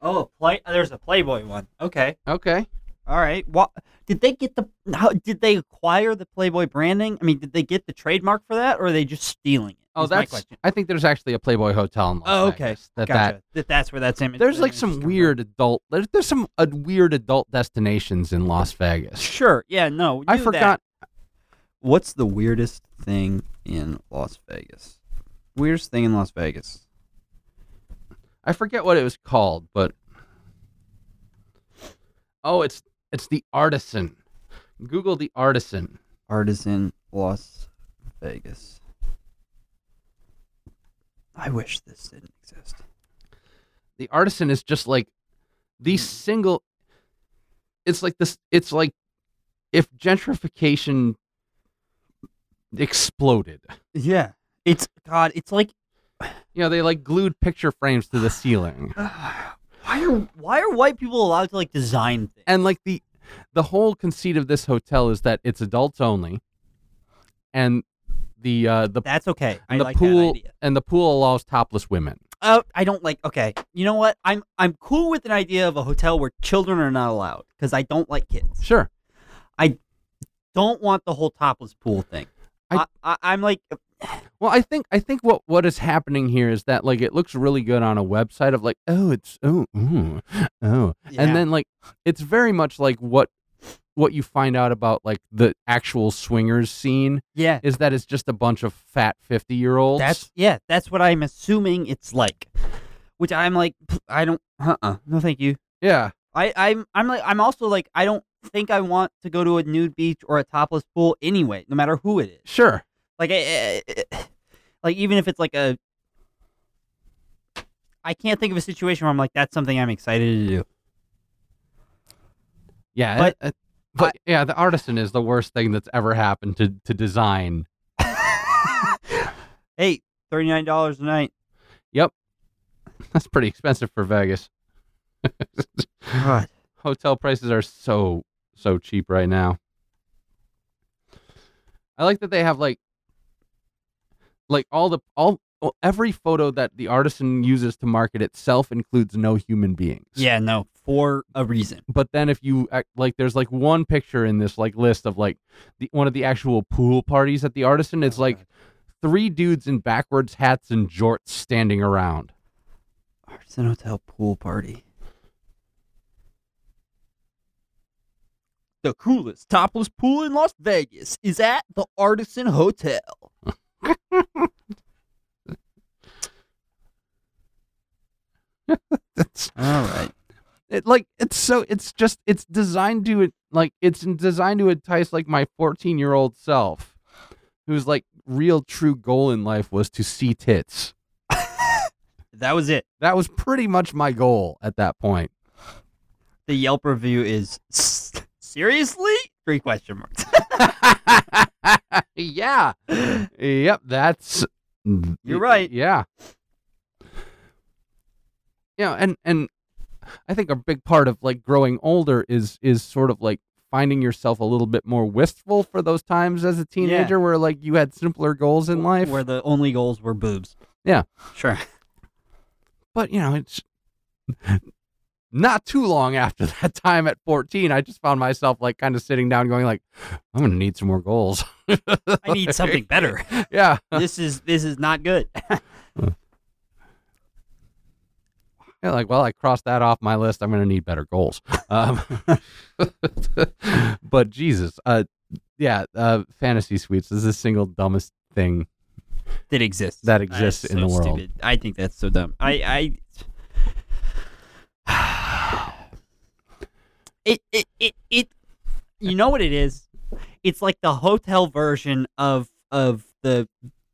S2: Oh, a play. There's a Playboy one. Okay.
S1: Okay,
S2: All right. What did they get the? How did they acquire the Playboy branding? I mean, did they get the trademark for that, or are they just stealing it?
S1: oh
S2: Is my
S1: that's
S2: question.
S1: I think there's actually a Playboy hotel in Las
S2: Oh, okay.
S1: Vegas that that
S2: Gotcha. That that's where that's image.
S1: there's
S2: that
S1: like
S2: image
S1: some
S2: comes from.
S1: weird adult there's there's some uh, weird adult destinations in Las Vegas.
S2: Sure. Yeah. No.
S1: I
S2: do that.
S1: forgot
S2: What's the weirdest thing in Las Vegas? Weirdest thing in Las Vegas.
S1: I forget what it was called, but oh, it's it's the artisan. Google the artisan.
S2: Artisan Las Vegas. I wish this didn't exist.
S1: The artisan is just like the
S2: Hmm.
S1: single. It's like this. It's like if gentrification exploded.
S2: Yeah. It's God. It's like
S1: You know, they like glued picture frames to the ceiling,
S2: why are why are white people allowed to like design things?
S1: and like the the whole conceit of this hotel is that it's adults only, and the uh, the
S2: That's okay. I
S1: and the
S2: like
S1: pool
S2: that idea.
S1: and the pool allows topless women.
S2: Oh, I don't like. Okay, you know what? I'm I'm cool with an idea of a hotel where children are not allowed because I don't like kids.
S1: Sure.
S2: Don't want the whole topless pool thing.
S1: I-
S2: I, I, I'm like,
S1: Well, I think I think what what is happening here is that like it looks really good on a website of like oh it's oh ooh, oh
S2: Yeah.
S1: and then like it's very much like what what you find out about like the actual swingers scene
S2: yeah,
S1: is that it's just a bunch of fat fifty year olds.
S2: that's yeah, that's what I'm assuming it's like. Which I'm like, pff, I don't. Uh, uh no, thank you.
S1: yeah
S2: I, I'm I'm like, I'm also like, I don't think I want to go to a nude beach or a topless pool anyway, no matter who it is.
S1: sure
S2: Like, I, I- I- like even if it's like a, I can't think of a situation where I'm like, that's something I'm excited to do.
S1: Yeah,
S2: But
S1: it- it- but yeah, the artisan is the worst thing that's ever happened to to design.
S2: hey, thirty nine dollars a night.
S1: That's pretty expensive for Vegas. Hotel prices are so so cheap right now. I like that they have like like all the all well, every photo that the artisan uses to market itself includes no human beings.
S2: Yeah, no, for a reason.
S1: But then if you act- like there's like one picture in this like list of like the one of the actual pool parties at the artisan it's
S2: Oh,
S1: like
S2: God.
S1: three dudes in backwards hats and jorts standing around.
S2: Artisan Hotel pool party. The coolest topless pool in Las Vegas is at the Artisan Hotel.
S1: That's
S2: All right.
S1: it, like it's so it's just it's designed to it like it's designed to entice like my 14 year old self whose like real true goal in life was to see tits
S2: That was it.
S1: that was pretty much my goal at that point
S2: The Yelp review is "S- seriously? Three question marks.
S1: yeah yep that's
S2: You're right.
S1: yeah yeah and and i think a big part of like growing older is is sort of like finding yourself a little bit more wistful for those times as a teenager where like you had simpler goals in life
S2: Where the only goals were boobs.
S1: Yeah.
S2: Sure.
S1: but you know it's not too long after that time at 14 i just found myself like kind of sitting down going like i'm gonna need some more goals
S2: I need something better.
S1: yeah
S2: this is this is not good.
S1: Yeah, like, well, I crossed that off my list. I'm going to need better goals. Um, but Jesus, uh, yeah, uh, fantasy suites is the single dumbest thing.
S2: that exists.
S1: That exists
S2: That's
S1: in
S2: so
S1: the world.
S2: Stupid. I think that's so dumb. I, I it, it, it, it, you know what it is? It's like the hotel version of of the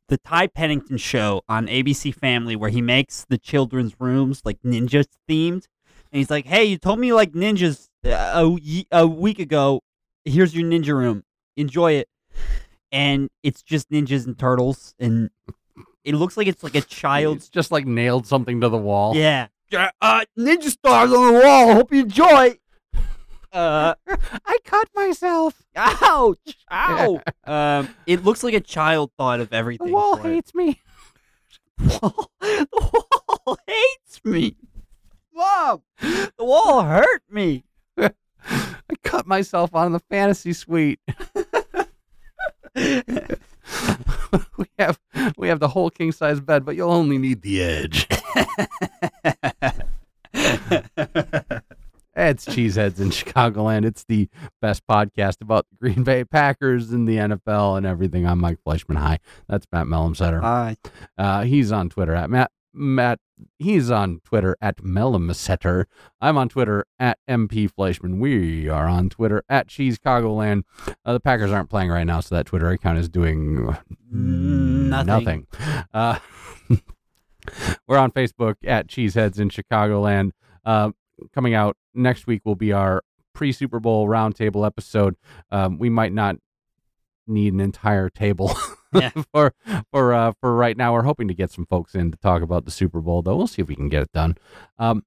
S2: the Ty Pennington show on ABC Family, where he makes the children's rooms like ninja themed, and he's like, "Hey, you told me you like ninjas uh, a ye- a week ago. Here's your ninja room. Enjoy it." And it's just ninjas and turtles, and it looks like it's like a child's
S1: It's just like nailed something to the wall.
S2: yeah. Uh, ninja stars on the wall. Hope you enjoy. Uh,
S1: I cut myself.
S2: ouch, ow. um, it looks like a child thought of everything. for it.
S1: me.
S2: Wall- the wall hates me. Mom, the wall hurt me.
S1: I cut myself on the fantasy suite. we have we have the whole king size bed, but you'll only need the edge. It's Cheeseheads in Chicagoland. It's the best podcast about the Green Bay Packers and the NFL and everything. I'm Mike Fleischman. Hi, that's Matt Melumsetter.
S2: Hi.
S1: Uh, he's on Twitter at Matt Matt. He's on Twitter at Melumsetter. I'm on Twitter at MP Fleischman. We are on Twitter at Cheesecagoland. Uh, the Packers aren't playing right now, so that Twitter account is doing
S2: Nothing.
S1: Nothing. Uh, we're on Facebook at Cheeseheads in Chicagoland. Uh, coming out next week will be our pre Super Bowl roundtable episode. Um, we might not need an entire table
S2: Yeah.
S1: for for uh, for right now. We're hoping to get some folks in to talk about the Super Bowl, though. We'll see if we can get it done. Um,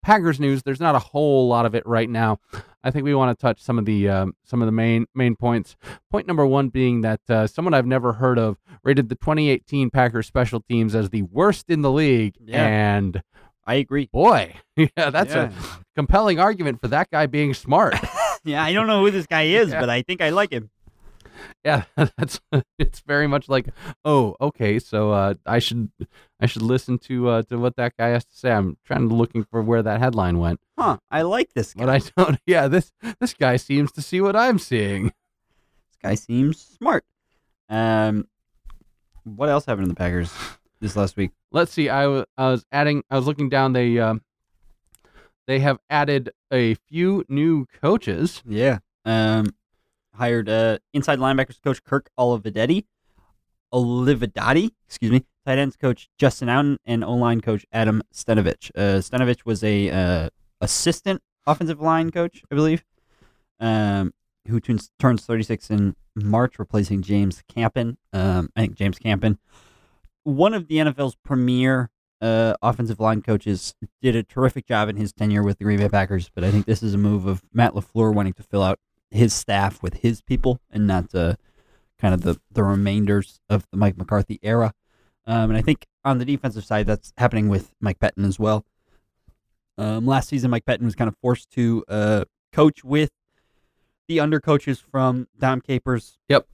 S1: Packers news. There's not a whole lot of it right now. I think we want to touch some of the um, some of the main main points. Point number one being that uh, someone I've never heard of rated the 2018 Packers special teams as the worst in the league,
S2: Yeah.
S1: and
S2: I agree.
S1: boy, yeah, that's a compelling argument for that guy being smart.
S2: yeah. I don't know who this guy is,
S1: Yeah.
S2: but I think I like him.
S1: yeah, that's it's very much like, oh, okay, so uh, I should I should listen to uh, to what that guy has to say. I'm trying to looking for where that headline went,
S2: Huh? I like this guy.
S1: but I don't. Yeah, this this guy seems to see what I'm seeing.
S2: This guy seems smart. Um, what else happened to the Packers this last week?
S1: let's see I wa- I was adding i was looking down they um they have added a few new coaches
S2: Yeah. Um, hired uh inside linebackers coach Kirk Olivadetti, Olivadotti, excuse me, tight ends coach Justin Outen, and O line coach Adam Stenovich. Uh, Stenovich was a uh, assistant offensive line coach, I believe, um, who turns turns 36 in March, replacing James Campen. Um, I think James Campen, one of the NFL's premier uh, offensive line coaches, did a terrific job in his tenure with the Green Bay Packers. But I think this is a move of Matt Lafleur wanting to fill out his staff with his people and not uh, kind of the the remainders of the Mike McCarthy era. Um, and I think on the defensive side, that's happening with Mike Pettin as well. Um, last season, Mike Pettin was kind of forced to uh, coach with the undercoaches from Dom Capers'
S1: Yep.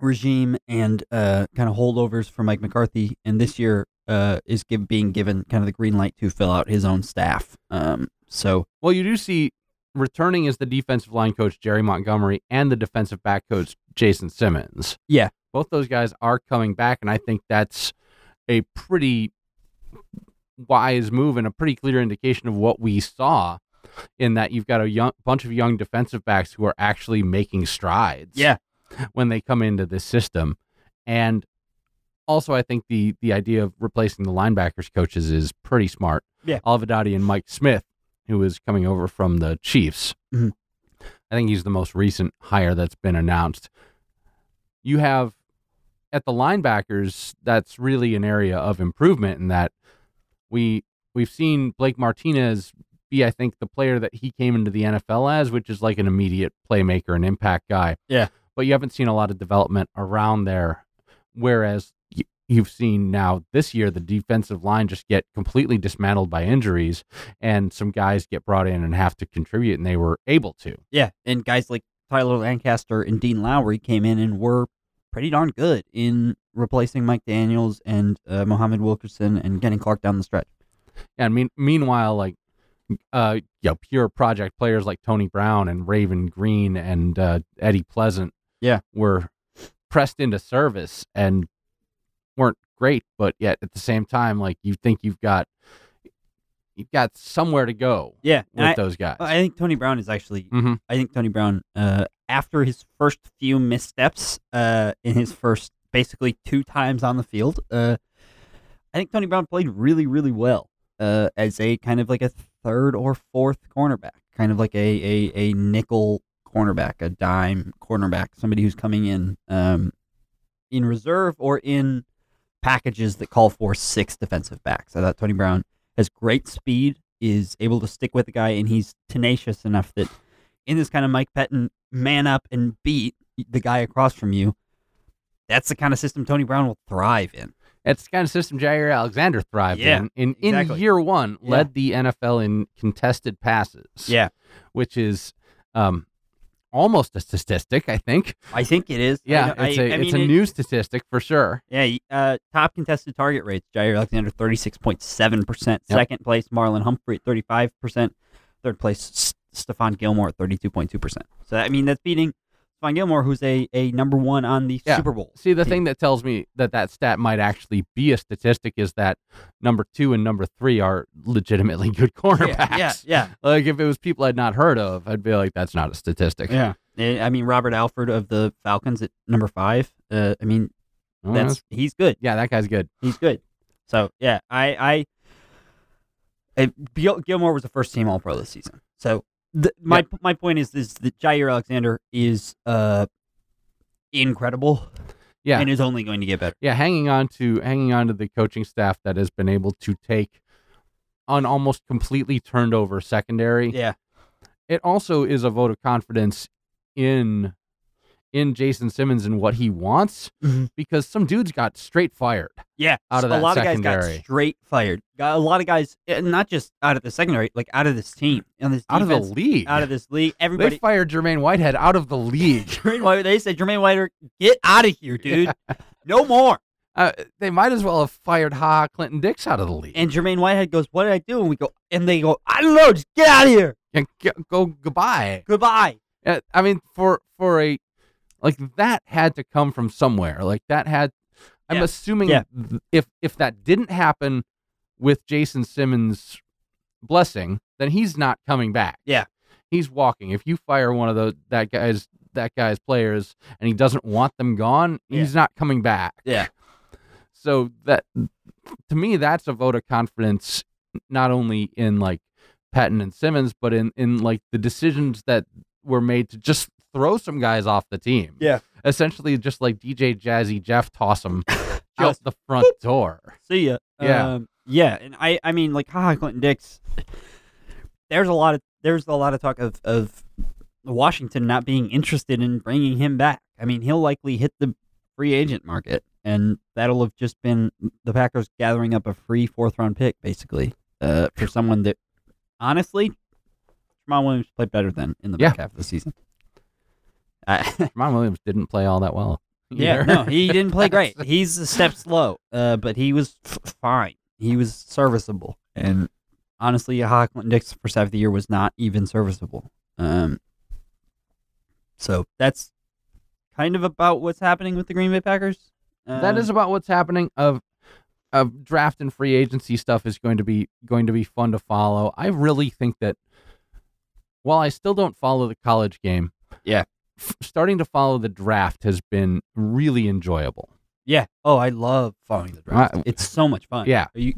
S2: regime and uh, kind of holdovers from Mike McCarthy. And this year uh, is give, being given kind of the green light to fill out his own staff. Um, so
S1: Well, you do see returning is the defensive line coach Jerry Montgomery and the defensive back coach Jason Simmons.
S2: Yeah.
S1: Both those guys are coming back and I think that's a pretty wise move and a pretty clear indication of what we saw in that you've got a young bunch of young defensive backs who are actually making strides
S2: yeah,
S1: when they come into this system. And also, I think the the idea of replacing the linebackers coaches is pretty smart.
S2: Yeah.
S1: Alvidati and Mike Smith, who is coming over from the Chiefs.
S2: Mhm.
S1: I think he's the most recent hire that's been announced. You have at the linebackers, that's really an area of improvement in that we we've seen Blake Martinez be, I think, the player that he came into the NFL as, which is like an immediate playmaker, an impact guy.
S2: Yeah.
S1: But you haven't seen a lot of development around there. Whereas y- you've seen now this year, the defensive line just get completely dismantled by injuries, and some guys get brought in and have to contribute, and they were able to.
S2: yeah. And guys like Tyler Lancaster and Dean Lowry came in and were pretty darn good in replacing Mike Daniels and uh, Mohammed Wilkerson and getting Clark down the stretch.
S1: And mean, meanwhile, like, uh, you know, pure project players like Tony Brown and Raven Green and uh, Eddie Pleasant,
S2: Yeah.
S1: were pressed into service and weren't great, but yet at the same time, like, you think you've got you've got somewhere to go
S2: Yeah,
S1: with those guys.
S2: I think Tony Brown is actually.
S1: Mhm.
S2: I think Tony Brown, uh, after his first few missteps uh, in his first basically two times on the field, uh, I think Tony Brown played really, really well uh, as a kind of like a third or fourth cornerback, kind of like a a, a nickel cornerback, a dime cornerback, somebody who's coming in um, in reserve or in packages that call for six defensive backs. I thought Tony Brown has great speed, is able to stick with the guy, and he's tenacious enough that in this kind of Mike Pettin man up and beat the guy across from you, that's the kind of system Tony Brown will thrive in.
S1: That's the kind of system Jair Alexander thrived
S2: Yeah,
S1: in. In, in
S2: exactly.
S1: year one,
S2: Yeah.
S1: led the NFL in contested passes.
S2: Yeah.
S1: Which is um, almost a statistic, I think.
S2: I think it is. I
S1: Yeah,
S2: know- I-
S1: it's a
S2: I
S1: it's
S2: mean,
S1: a
S2: it-
S1: new statistic for sure.
S2: Yeah, y- uh, top contested target rates: Jair Alexander thirty six point seven percent.
S1: Yep.
S2: Second place, Marlon Humphrey at thirty five percent. Third place, S- Stephon Gilmore at thirty two point two percent. So I mean, that's beating Stephon Gilmore, who's a, a number one on the
S1: Yeah.
S2: Super Bowl.
S1: See, the
S2: team.
S1: thing that tells me that that stat might actually be a statistic is that number two and number three are legitimately good
S2: Yeah,
S1: cornerbacks.
S2: yeah, yeah.
S1: Like if it was people I'd not heard of, I'd be like, that's not a statistic.
S2: Yeah. Eh, I mean, Robert Alford of the Falcons at number five. Uh, I mean,
S1: Well,
S2: that's he's good.
S1: Oh, yeah, that guy's good.
S2: He's good. So yeah, I I, I Gil- Gilmore was the first team All Pro this season. So the, my my point is is that Jair Alexander is uh incredible.
S1: Yeah.
S2: and is only going to get better.
S1: yeah, hanging on to hanging on to the coaching staff that has been able to take an almost completely turned over secondary.
S2: Yeah,
S1: It also is a vote of confidence in in Jason Simmons and what he wants
S2: Mhm.
S1: because some dudes got straight fired.
S2: yeah.
S1: Out of
S2: a
S1: that
S2: lot of guys
S1: secondary.
S2: got straight fired. Got a lot of guys, eh, not just out of the secondary, like out of this team, on this
S1: Out of the
S2: defense,
S1: league.
S2: out of this league. Everybody,
S1: they fired Jermaine Whitehead out of the league.
S2: Jermaine White, they said, Jermaine White, get out of here, dude. No more.
S1: Uh, they might as well have fired Ha Clinton Dix out of the league.
S2: And Jermaine Whitehead goes, What did I do? And we go, And they go, I don't know. Just get out of here.
S1: And go, go goodbye.
S2: Goodbye.
S1: Uh, I mean, for for a like that had to come from somewhere. Like that had. I'm
S2: Yeah.
S1: assuming
S2: Yeah.
S1: th- if if that didn't happen with Jason Simmons' blessing, then he's not coming back.
S2: Yeah.
S1: he's walking. If you fire one of those that guys that guy's players and he doesn't want them gone,
S2: Yeah.
S1: he's not coming back.
S2: Yeah.
S1: So that to me, that's a vote of confidence, not only in like Patton and Simmons, but in in like the decisions that were made to just throw some guys off the team.
S2: Yeah.
S1: Essentially, just like DJ Jazzy Jeff toss them out the front door.
S2: See ya.
S1: Yeah.
S2: Um, yeah, and I, I mean, like, haha, Clinton Dix. There's a lot of there's a lot of talk of of Washington not being interested in bringing him back. I mean, he'll likely hit the free agent market, and that'll have just been the Packers gathering up a free fourth round pick, basically, uh, for someone that honestly, Jamal Williams played better than in the back half of the season. I,
S1: Jamal Williams didn't play all that well.
S2: yeah,
S1: either.
S2: no, he didn't play great. He's a step slow, uh, but he was f- fine. He was serviceable, and honestly, Hawkland Dix first half of the year was not even serviceable. Um, so that's kind of about what's happening with the Green Bay Packers. Uh,
S1: that is about what's happening of of draft and free agency stuff is going to be going to be fun to follow. I really think that while I still don't follow the college game,
S2: Yeah.
S1: f- starting to follow the draft has been really enjoyable.
S2: yeah. Oh, I love following the draft.
S1: Right.
S2: it's so much fun.
S1: Yeah.
S2: Are you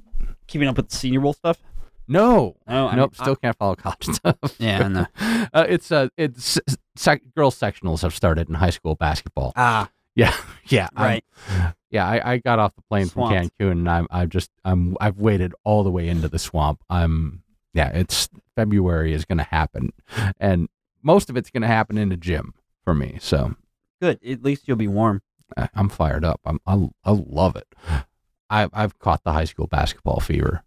S2: keeping up with the Senior Bowl stuff?
S1: No,
S2: No, I mean,
S1: nope,
S2: I-
S1: still can't follow college stuff.
S2: Yeah, I know.
S1: uh, it's uh, it's sec- girls sectionals have started in high school basketball.
S2: Ah,
S1: Yeah, I'm-
S2: right.
S1: yeah, I, I got off the plane
S2: Swamped.
S1: from Cancun, and I'm I've just I'm I've waded all the way into the swamp. I'm yeah, it's February is going to happen, and most of it's going to happen in the gym for me. So
S2: Good. At least you'll be warm.
S1: I- I'm fired up. I'm I, I love it. I I've caught the high school basketball fever.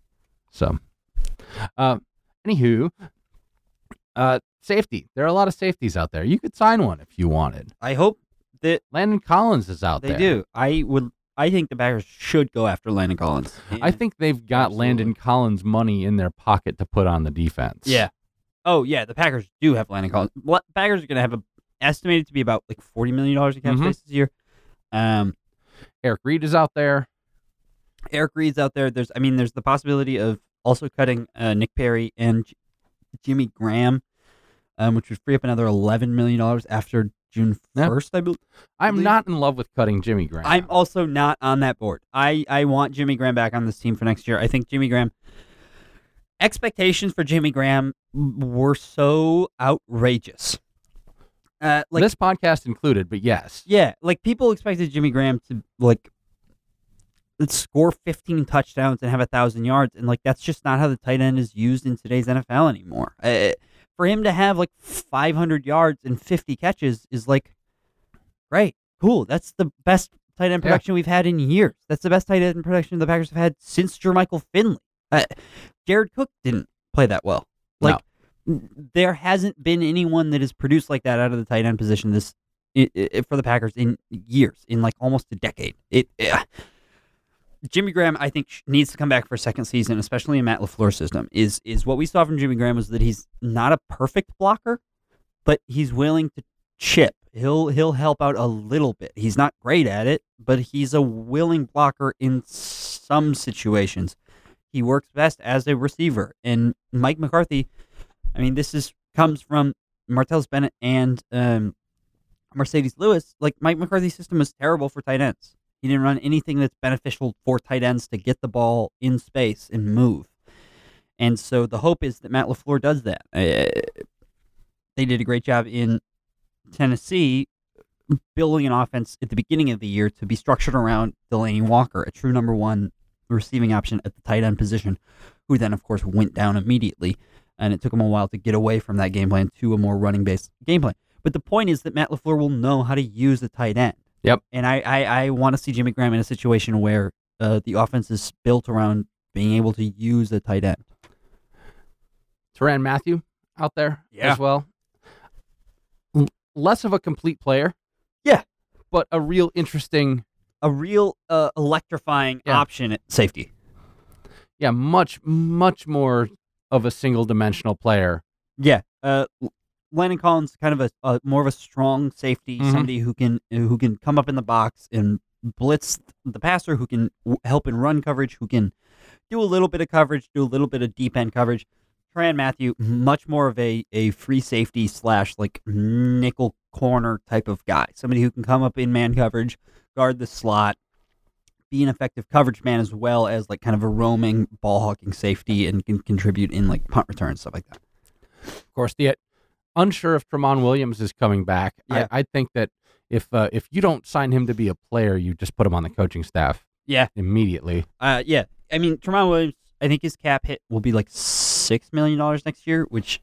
S1: So, uh, anywho, uh, safety. There are a lot of safeties out there. You could sign one if you wanted.
S2: I hope that
S1: Landon Collins is out
S2: They
S1: there.
S2: do. I would. I think the Packers should go after Landon Collins.
S1: I think they've got
S2: Absolutely.
S1: Landon Collins money in their pocket to put on the defense.
S2: Yeah. Oh yeah, the Packers do have Landon Collins. What Packers are going to have a estimated to be about like forty million dollars in cap
S1: Mhm.
S2: space this year. Um,
S1: Eric Reed is out there.
S2: Eric Reed's out there. There's, I mean, there's the possibility of also cutting uh, Nick Perry and J- Jimmy Graham, um, which would free up another eleven million dollars after June
S1: Yeah.
S2: first, I believe.
S1: I'm
S2: Believe-
S1: not in love with cutting Jimmy Graham.
S2: I'm also not on that board. I, I want Jimmy Graham back on this team for next year. I think Jimmy Graham expectations for Jimmy Graham were so outrageous. Uh, like
S1: this podcast included, but yes.
S2: yeah, like people expected Jimmy Graham to like score 15 touchdowns and have a thousand yards, and like that's just not how the tight end is used in today's NFL anymore. Uh, for him to have like 500 yards and 50 catches is like great, cool. That's the best tight end
S1: Yeah.
S2: production we've had in years. That's the best tight end production the Packers have had since Jermichael Finley. Uh, Jared Cook didn't play that well.
S1: No.
S2: Like n- there hasn't been anyone that has produced like that out of the tight end position this i i for the Packers in years, in like almost a decade. It. yeah. Jimmy Graham, I think, sh- needs to come back for a second season, especially in Matt Lafleur's system. Is is what we saw from Jimmy Graham was that he's not a perfect blocker, but he's willing to chip. He'll he'll help out a little bit. He's not great at it, but he's a willing blocker in some situations. He works best as a receiver. And Mike McCarthy, I mean, this is comes from Martellus Bennett and um, Mercedes Lewis. Like Mike McCarthy's system was terrible for tight ends. He didn't run anything that's beneficial for tight ends to get the ball in space and move. And so the hope is that Matt LaFleur does that. Uh, they did a great job in Tennessee building an offense at the beginning of the year to be structured around Delaney Walker, a true number one receiving option at the tight end position, who then, of course, went down immediately. And it took him a while to get away from that game plan to a more running based game plan. But the point is that Matt LaFleur will know how to use the tight end.
S1: Yep.
S2: And I, I, I want to see Jimmy Graham in a situation where uh, the offense is built around being able to use the tight end.
S1: Teran Matthew out there
S2: Yeah.
S1: as well. L- less of a complete player.
S2: Yeah.
S1: But a real interesting,
S2: A real uh, electrifying
S1: Yeah.
S2: option at safety.
S1: yeah, much, much more of a single dimensional player.
S2: Yeah. Uh, L- Landon Collins, kind of a, a more of a strong safety,
S1: Mhm.
S2: somebody who can who can come up in the box and blitz the passer, who can w- help in run coverage, who can do a little bit of coverage, do a little bit of deep end coverage. Tran Matthew, much more of a, a free safety slash like nickel corner type of guy, somebody who can come up in man coverage, guard the slot, be an effective coverage man as well as like kind of a roaming ball hawking safety and can contribute in like punt return stuff like that.
S1: Of course, the uh, unsure if Tremont Williams is coming back.
S2: Yeah.
S1: I, I think that if uh, if you don't sign him to be a player, you just put him on the coaching staff.
S2: Yeah.
S1: immediately.
S2: Uh, yeah. I mean, Tremont Williams. I think his cap hit will be like six million dollars next year. Which,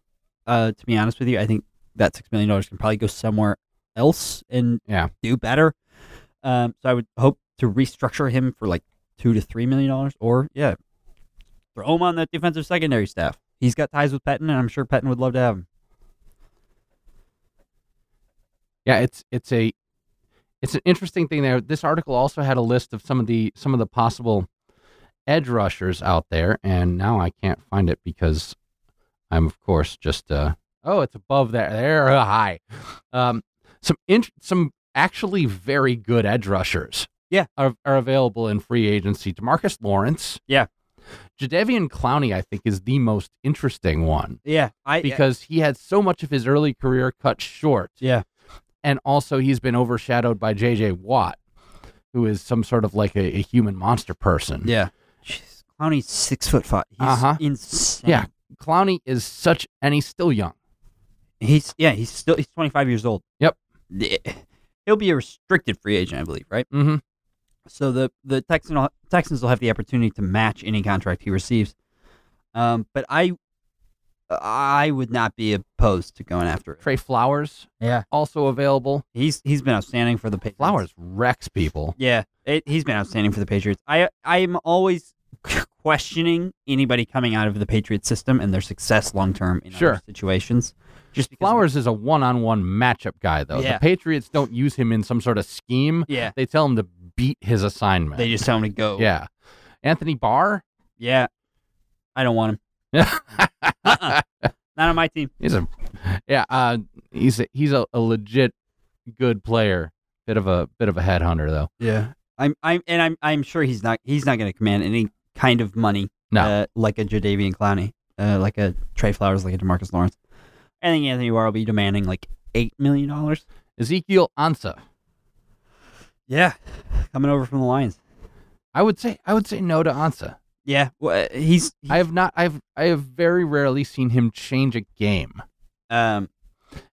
S2: uh, to be honest with you, I think that six million dollars can probably go somewhere else and
S1: Yeah.
S2: do better. Um, so I would hope to restructure him for like two to three million dollars, or yeah, throw him on that defensive secondary staff. He's got ties with Petton, and I'm sure Petton would love to have him.
S1: Yeah, it's it's a it's an interesting thing there. This article also had a list of some of the some of the possible edge rushers out there, and now I can't find it because I'm of course just uh oh, it's above there. There, uh, high. Um, some in, some actually very good edge rushers.
S2: Yeah.
S1: are, are available in free agency. Demarcus Lawrence.
S2: Yeah.
S1: Jadavian Clowney, I think, is the most interesting one
S2: Yeah, I
S1: because he had so much of his early career cut short
S2: yeah,
S1: and also he's been overshadowed by JJ Watt, who is some sort of like a, a human monster person.
S2: yeah. Jeez, Clowney's six foot five. He's
S1: Uh-huh.
S2: insane.
S1: Yeah. Clowney is such, and he's still young.
S2: He's yeah, he's still he's 25 years old.
S1: Yep.
S2: The- He'll be a restricted free agent, I believe, right?
S1: Mm-hmm.
S2: So the the Texan will, Texans will have the opportunity to match any contract he receives. Um, but I I would not be opposed to going after it.
S1: Trey Flowers,
S2: Yeah.
S1: also available.
S2: He's he's been outstanding for the Patriots.
S1: Flowers wrecks people.
S2: Yeah, it, he's been outstanding for the Patriots. I I am always questioning anybody coming out of the Patriot system and their success long term in
S1: Sure.
S2: other situations. Just because of-
S1: Flowers is a one-on-one matchup guy, though.
S2: Yeah.
S1: The Patriots don't use him in some sort of scheme.
S2: yeah,
S1: They tell him to beat his assignment.
S2: they just tell him to go.
S1: yeah. Anthony Barr,
S2: Yeah. I don't want him. uh-uh. Not on my team.
S1: he's a yeah, uh, he's a, he's a, a legit good player. Bit of a bit of a headhunter though.
S2: Yeah. I'm I'm and I'm I'm sure he's not he's not gonna command any kind of money
S1: No.
S2: uh, like a Jadavian Clowney, uh, like a Trey Flowers, like a Demarcus Lawrence. I think Anthony Barr will be demanding like eight million dollars.
S1: Ezekiel Ansah.
S2: Yeah. Coming over from the Lions.
S1: I would say I would say no to Ansa.
S2: Yeah. Well, uh, he's he-
S1: I have not I've I have very rarely seen him change a game.
S2: um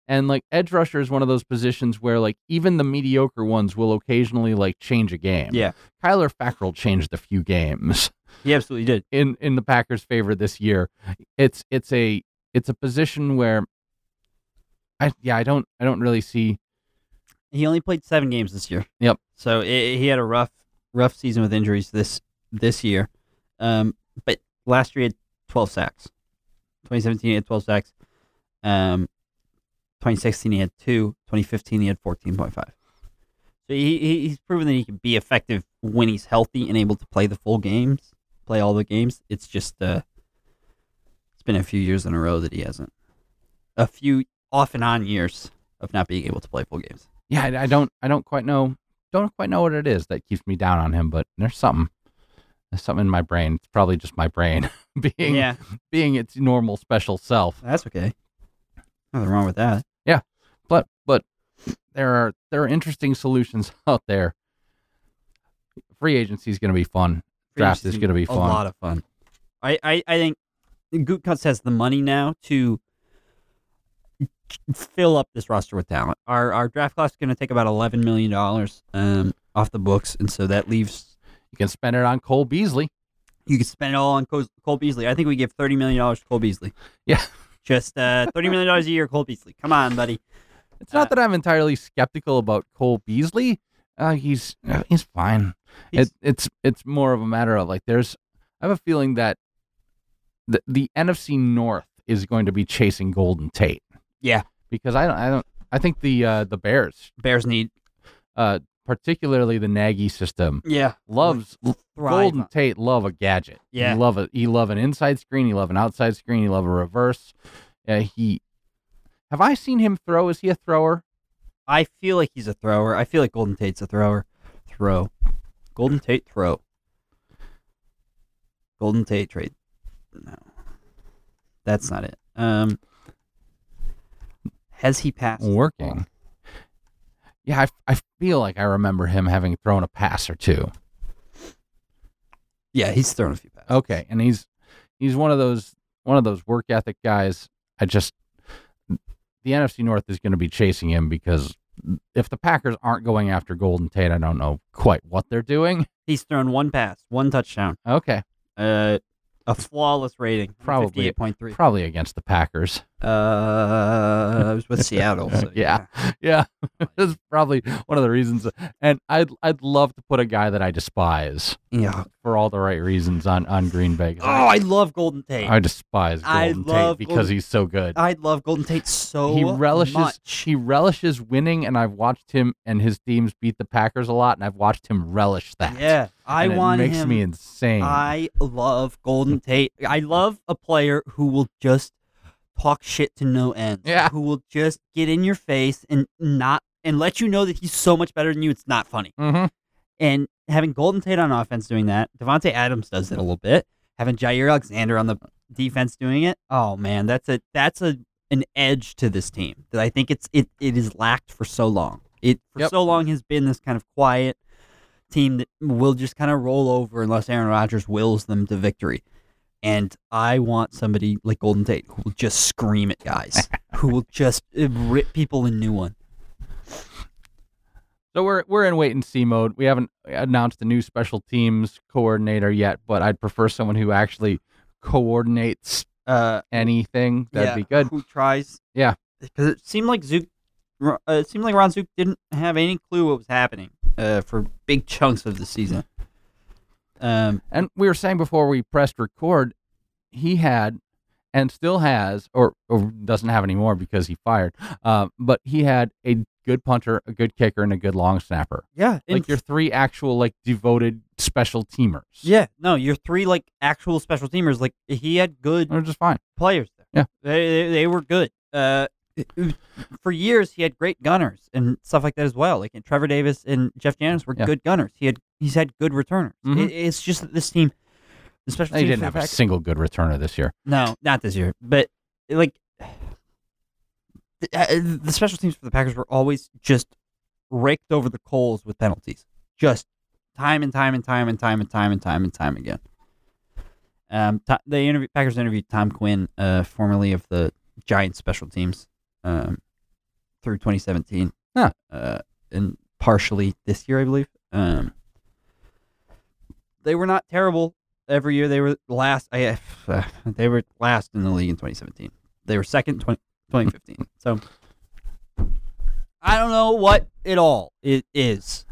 S1: And like edge rusher is one of those positions where like even the mediocre ones will occasionally like change a game.
S2: yeah.
S1: Kyler Fackrell changed a few games
S2: He absolutely did.
S1: in in the Packers' favor this year. It's it's a it's a position where I yeah, I don't I don't really see
S2: He only played seven games this year.
S1: Yep.
S2: So i he had a rough, rough season with injuries this this year. Um, but last year he had 12 sacks. 2017 he had 12 sacks. Um, 2016 he had two. 2015 he had 14.5. So he, he he's proven that he can be effective when he's healthy and able to play the full games, play all the games. It's just uh, it's been a few years in a row that he hasn't. A few off and on years of not being able to play full games.
S1: yeah, I, I don't I don't quite know don't quite know what it is that keeps me down on him, but there's something. There's something in my brain. It's probably just my brain being
S2: Yeah,
S1: being its normal special self.
S2: that's okay. Nothing wrong with that.
S1: But but there are there are interesting solutions out there. Free agency is going to be fun. Draft is gonna be
S2: A
S1: fun.
S2: lot of fun. I I, I think Gutkunst has the money now to fill up this roster with talent. Our our draft class is going to take about eleven million dollars um off the books, and so that leaves
S1: You can spend it on Cole Beasley.
S2: you can spend it all on Cole, Cole Beasley. I think we give thirty million dollars to Cole Beasley.
S1: Yeah.
S2: Just uh, thirty million dollars a year, Cole Beasley. Come on, buddy.
S1: It's not
S2: Uh,
S1: that I'm entirely skeptical about Cole Beasley. Uh, he's uh, he's fine.
S2: He's-
S1: it, it's it's more of a matter of like there's. I have a feeling that the the NFC North is going to be chasing Golden Tate.
S2: Yeah.
S1: because I don't I don't I think the uh, the Bears,
S2: Bears need
S1: uh, particularly the Nagy system,
S2: yeah
S1: loves
S2: thrive.
S1: Golden Tate love a gadget.
S2: Yeah.
S1: he love a he love an inside screen. He love an outside screen. He love a reverse. Uh, he have I seen him throw? Is he a thrower?
S2: I feel like he's a thrower. I feel like Golden Tate's a thrower. Throw. Golden Tate throw. Golden Tate trade. No. That's not it. Um Has he passed? the ball?
S1: working. Yeah, I, I feel like I remember him having thrown a pass or two.
S2: Yeah, he's thrown a few passes.
S1: Okay, and he's he's one of those one of those work ethic guys. I just the NFC North is going to be chasing him because if the Packers aren't going after Golden Tate, I don't know quite what they're doing.
S2: He's thrown one pass, one touchdown,
S1: Okay,
S2: uh, a flawless rating,
S1: Probably-
S2: fifty-eight point three.
S1: probably against the Packers.
S2: Uh, it was with Seattle. So,
S1: Yeah. Yeah, that's probably one of the reasons. And I'd I'd love to put a guy that I despise
S2: yeah. Yeah.
S1: for all the right reasons on on Green Bay. 'cause
S2: Oh,
S1: I-
S2: I love Golden Tate.
S1: I despise
S2: I
S1: Golden Uh, Tate
S2: love
S1: because
S2: Golden-
S1: he's so good.
S2: I love Golden Tate so
S1: he relishes
S2: much.
S1: he relishes winning, and I've watched him and his teams beat the Packers a lot, and I've watched him relish that.
S2: Yeah, I
S1: And it
S2: want
S1: makes
S2: him.
S1: me insane.
S2: I love Golden Tate. I love a player who will just talk shit to no end.
S1: Yeah.
S2: Who will just get in your face and not and let you know that he's so much better than you. It's not funny.
S1: Mhm.
S2: And having Golden Tate on offense doing that, Devonte Adams does it a little bit. Having Jair Alexander on the defense doing it, oh man, that's a that's a an edge to this team that I think it's it it is lacked for so long. It for
S1: Yep.
S2: so long has been this kind of quiet team that will just kind of roll over unless Aaron Rodgers wills them to victory. And I want somebody like Golden Tate who will just scream at guys, who will just uh, rip people a new one.
S1: So we're we're in wait and see mode. We haven't announced a new special teams coordinator yet, but I'd prefer someone who actually coordinates
S2: Uh,
S1: anything. That'd
S2: Yeah,
S1: be good.
S2: Who tries?
S1: Yeah.
S2: because it seemed like Zook. Uh, it seemed like Ron Zook didn't have any clue what was happening uh, for big chunks of the season. Um,
S1: And we were saying before we pressed record, he had and still has, or, or doesn't have anymore because he fired, uh, but he had a good punter, a good kicker, and a good long snapper.
S2: yeah,
S1: like your three actual, like, devoted special teamers.
S2: yeah, no, your three like actual special teamers. Like he had good
S1: They're just fine.
S2: players. There.
S1: Yeah.
S2: they, they they were good. Uh, it- it- for years he had great gunners and stuff like that as well. Like and Trevor Davis and Jeff Janis were
S1: Yeah.
S2: good gunners. He had he's had good returners.
S1: Mhm.
S2: It, it's just that this team, the special
S1: They
S2: teams
S1: didn't
S2: for the
S1: have a
S2: Packers-
S1: single good returner this year.
S2: No, not this year. But like the, uh, the special teams for the Packers were always just raked over the coals with penalties, just time and time and time and time and time and time and time again. Um, Ti- they interview Packers interviewed Tom Quinn, uh, formerly of the Giants special teams, um, through 2017,
S1: Huh.
S2: uh, and partially this year, I believe. Um, they were not terrible every year. They were last. I, they were last in the league in 2017. They were second in 20, 2015. So I don't know what it all it is.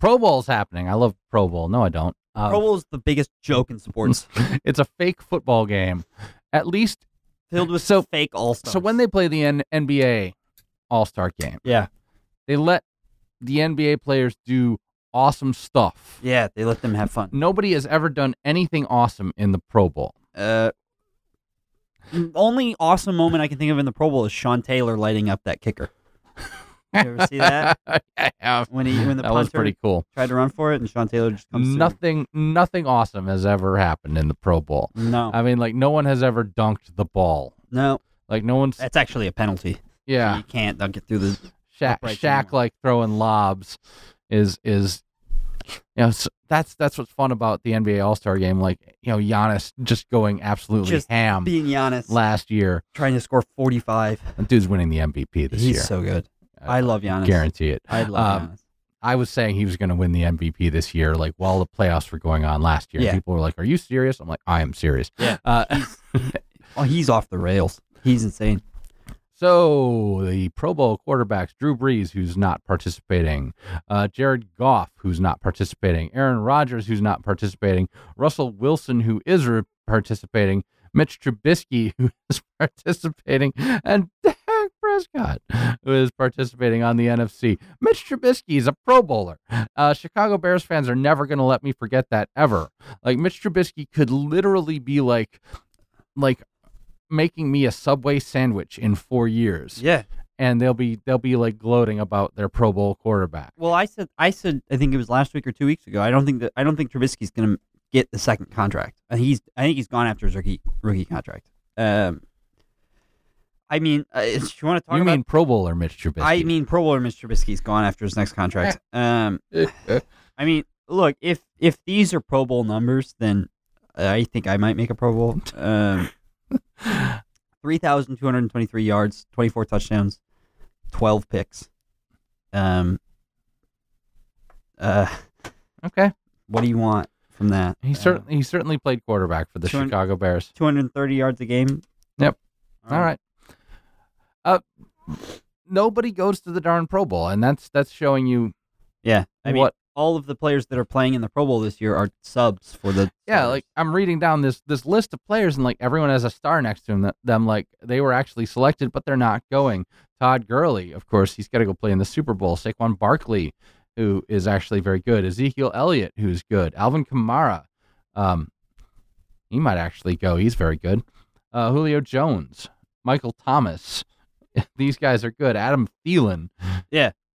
S1: Pro Bowl's happening. I love Pro Bowl. No, I don't. Uh,
S2: Pro Bowl is the biggest joke in sports,
S1: it's a fake football game. At least,
S2: filled with
S1: So-
S2: fake all stars.
S1: so when they play the N- NBA All Star game,
S2: yeah
S1: they let the NBA players do awesome stuff.
S2: yeah they let them have fun.
S1: Nobody has ever done anything awesome in the Pro Bowl.
S2: Uh, only awesome moment I can think of in the Pro Bowl is Sean Taylor lighting up that kicker. You ever see that
S1: Yeah,
S2: when he when the
S1: that
S2: punter
S1: was pretty cool.
S2: tried to run for it and Sean Taylor just comes through?
S1: Nothing, nothing awesome has ever happened in the Pro Bowl.
S2: No,
S1: I mean, like no one has ever dunked the ball.
S2: no,
S1: Like no one's,
S2: that's actually a penalty.
S1: yeah.
S2: you can't dunk it through the
S1: Shaq,
S2: upright
S1: Shaq
S2: anymore.
S1: like throwing lobs is is you know s that's that's what's fun about the NBA All Star game. Like you know Giannis just going absolutely
S2: Just
S1: ham
S2: being Giannis
S1: last year.
S2: trying to score 45.
S1: The dude's winning the MVP this
S2: He's
S1: year.
S2: so good. I love Giannis.
S1: guarantee it.
S2: I love
S1: Um,
S2: Giannis.
S1: I was saying he was going to win the MVP this year, like while the playoffs were going on last year.
S2: Yeah.
S1: People were like, "Are you serious?" I'm like, "I am serious."
S2: Yeah.
S1: Uh,
S2: He's, oh, he's off the rails. He's insane.
S1: so the Pro Bowl quarterbacks: Drew Brees, who's not participating; uh, Jared Goff, who's not participating; Aaron Rodgers, who's not participating; Russell Wilson, who is re- participating; Mitch Trubisky, who is participating; and Dak Prescott, who is participating on the NFC. Mitch Trubisky is a Pro Bowler. Uh, Chicago Bears fans are never going to let me forget that ever. Like Mitch Trubisky could literally be like, like making me a Subway sandwich in four years,
S2: Yeah.
S1: and they'll be they'll be like gloating about their Pro Bowl quarterback.
S2: Well, I said, I said, I think it was last week or two weeks ago. I don't think that I don't think Trubisky's going to get the second contract. I think he's, I think he's gone after his rookie rookie contract. Um, I mean, uh, if you want to talk
S1: you
S2: about,
S1: mean Pro Bowler Mitch Trubisky?
S2: I mean, Pro Bowler Mr. Trubisky's gone after his next contract. Um, I mean, look, if if these are Pro Bowl numbers, then I think I might make a Pro Bowl. Um, three thousand two hundred twenty-three yards, twenty-four touchdowns, twelve picks. Um. Uh,
S1: Okay.
S2: what do you want from that?
S1: He certainly he certainly played quarterback for the
S2: Two hun-
S1: Chicago Bears.
S2: two hundred thirty yards a game.
S1: Yep.
S2: All
S1: All right. Uh, nobody goes to the darn Pro Bowl, and that's that's showing you
S2: Yeah. I mean,
S1: what.
S2: all of the players that are playing in the Pro Bowl this year are subs for the.
S1: Yeah,
S2: starters.
S1: like I'm reading down this this list of players, and like everyone has a star next to them. That, them like they were actually selected, but they're not going. Todd Gurley, of course, he's got to go play in the Super Bowl. Saquon Barkley, who is actually very good. Ezekiel Elliott, who's good. Alvin Kamara, um, he might actually go. He's very good. Uh, Julio Jones, Michael Thomas, these guys are good. Adam Thielen.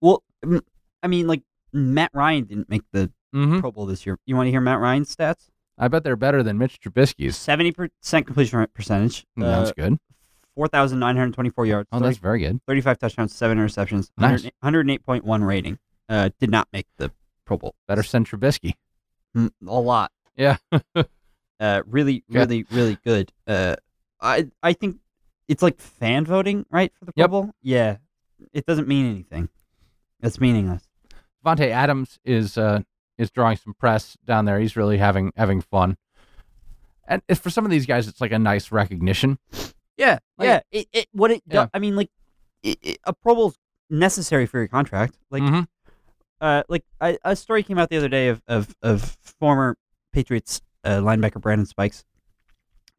S2: Well, mm, I mean, like Matt Ryan didn't make the
S1: hmm
S2: Pro Bowl this year. You want to hear Matt Ryan's stats?
S1: I bet they're better than Mitch Trubisky's.
S2: Seventy percent completion rate percentage. uh,
S1: That's good.
S2: Four thousand nine hundred twenty-four yards.
S1: Mm. Oh, that's very good.
S2: 35 touchdowns, seven interceptions,
S1: Nice.
S2: 108, 108.1 rating. Uh, did not make the Pro Bowl.
S1: Better than Trubisky.
S2: Mm, a lot.
S1: Yeah.
S2: Uh, really,
S1: Yeah.
S2: really, really good. Uh, I I think it's like fan voting, right, for the Pro
S1: Yep.
S2: Bowl? Yeah. It doesn't mean anything. It's meaningless.
S1: Devontae Adams is uh, is drawing some press down there. He's really having having fun. And if- for some of these guys, it's like a nice recognition.
S2: Yeah,
S1: Like-
S2: yeah. It, it what it do-
S1: Yeah.
S2: I mean, like it, it, a Pro Bowl's necessary for your contract. Like,
S1: Mhm.
S2: uh, like I, a story came out the other day of of, of former Patriots uh, linebacker Brandon Spikes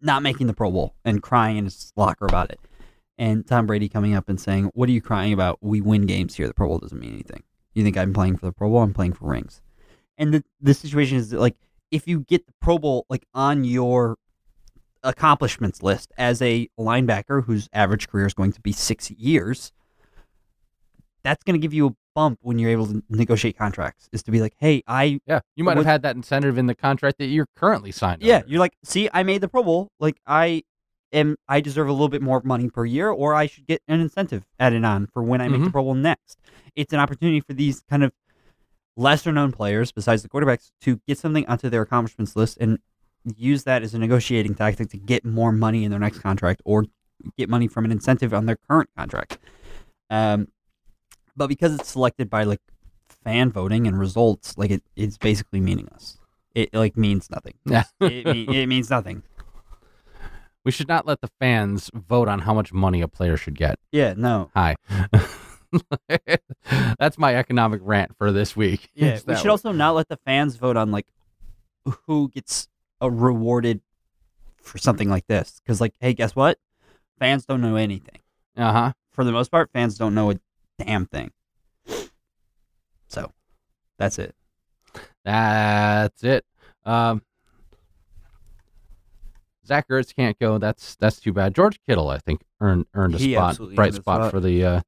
S2: not making the Pro Bowl and crying in his locker about it, and Tom Brady coming up and saying, "What are you crying about? We win games here. The Pro Bowl doesn't mean anything. You think I'm playing for the Pro Bowl? I'm playing for rings." And the the situation is that like if you get the Pro Bowl like on your accomplishments list as a linebacker whose average career is going to be six years, that's going to give you a bump when you're able to negotiate contracts. Is to be like, hey, I
S1: yeah, you might have
S2: Was-
S1: had that incentive in the contract that you're currently signed.
S2: yeah,
S1: under.
S2: you're like, see, I made the Pro Bowl. Like I am, I deserve a little bit more money per year, or I should get an incentive added on for when I make the Pro Bowl next. It's an opportunity for these kind of lesser known players, besides the quarterbacks, to get something onto their accomplishments list and use that as a negotiating tactic to get more money in their next contract or get money from an incentive on their current contract. Um, but because it's selected by like fan voting and results, like it, it's basically meaningless. It like means nothing.
S1: Yeah.
S2: it, mean, it means nothing.
S1: we should not let the fans vote on how much money a player should get.
S2: Yeah, no.
S1: Hi, that's my economic rant for this week.
S2: Yeah,
S1: It's
S2: we
S1: that
S2: should
S1: one.
S2: also not let the fans vote on like who gets uh rewarded for something like this. Because like, hey, guess what? Fans don't know anything.
S1: uh-huh.
S2: For the most part, fans don't know a damn thing. So, that's it.
S1: That's it. Um, Zach Ertz can't go. That's that's too bad. George Kittle, I think, earned earned a
S2: He
S1: spot,
S2: absolutely
S1: bright
S2: earned a
S1: spot,
S2: spot.
S1: for the uh,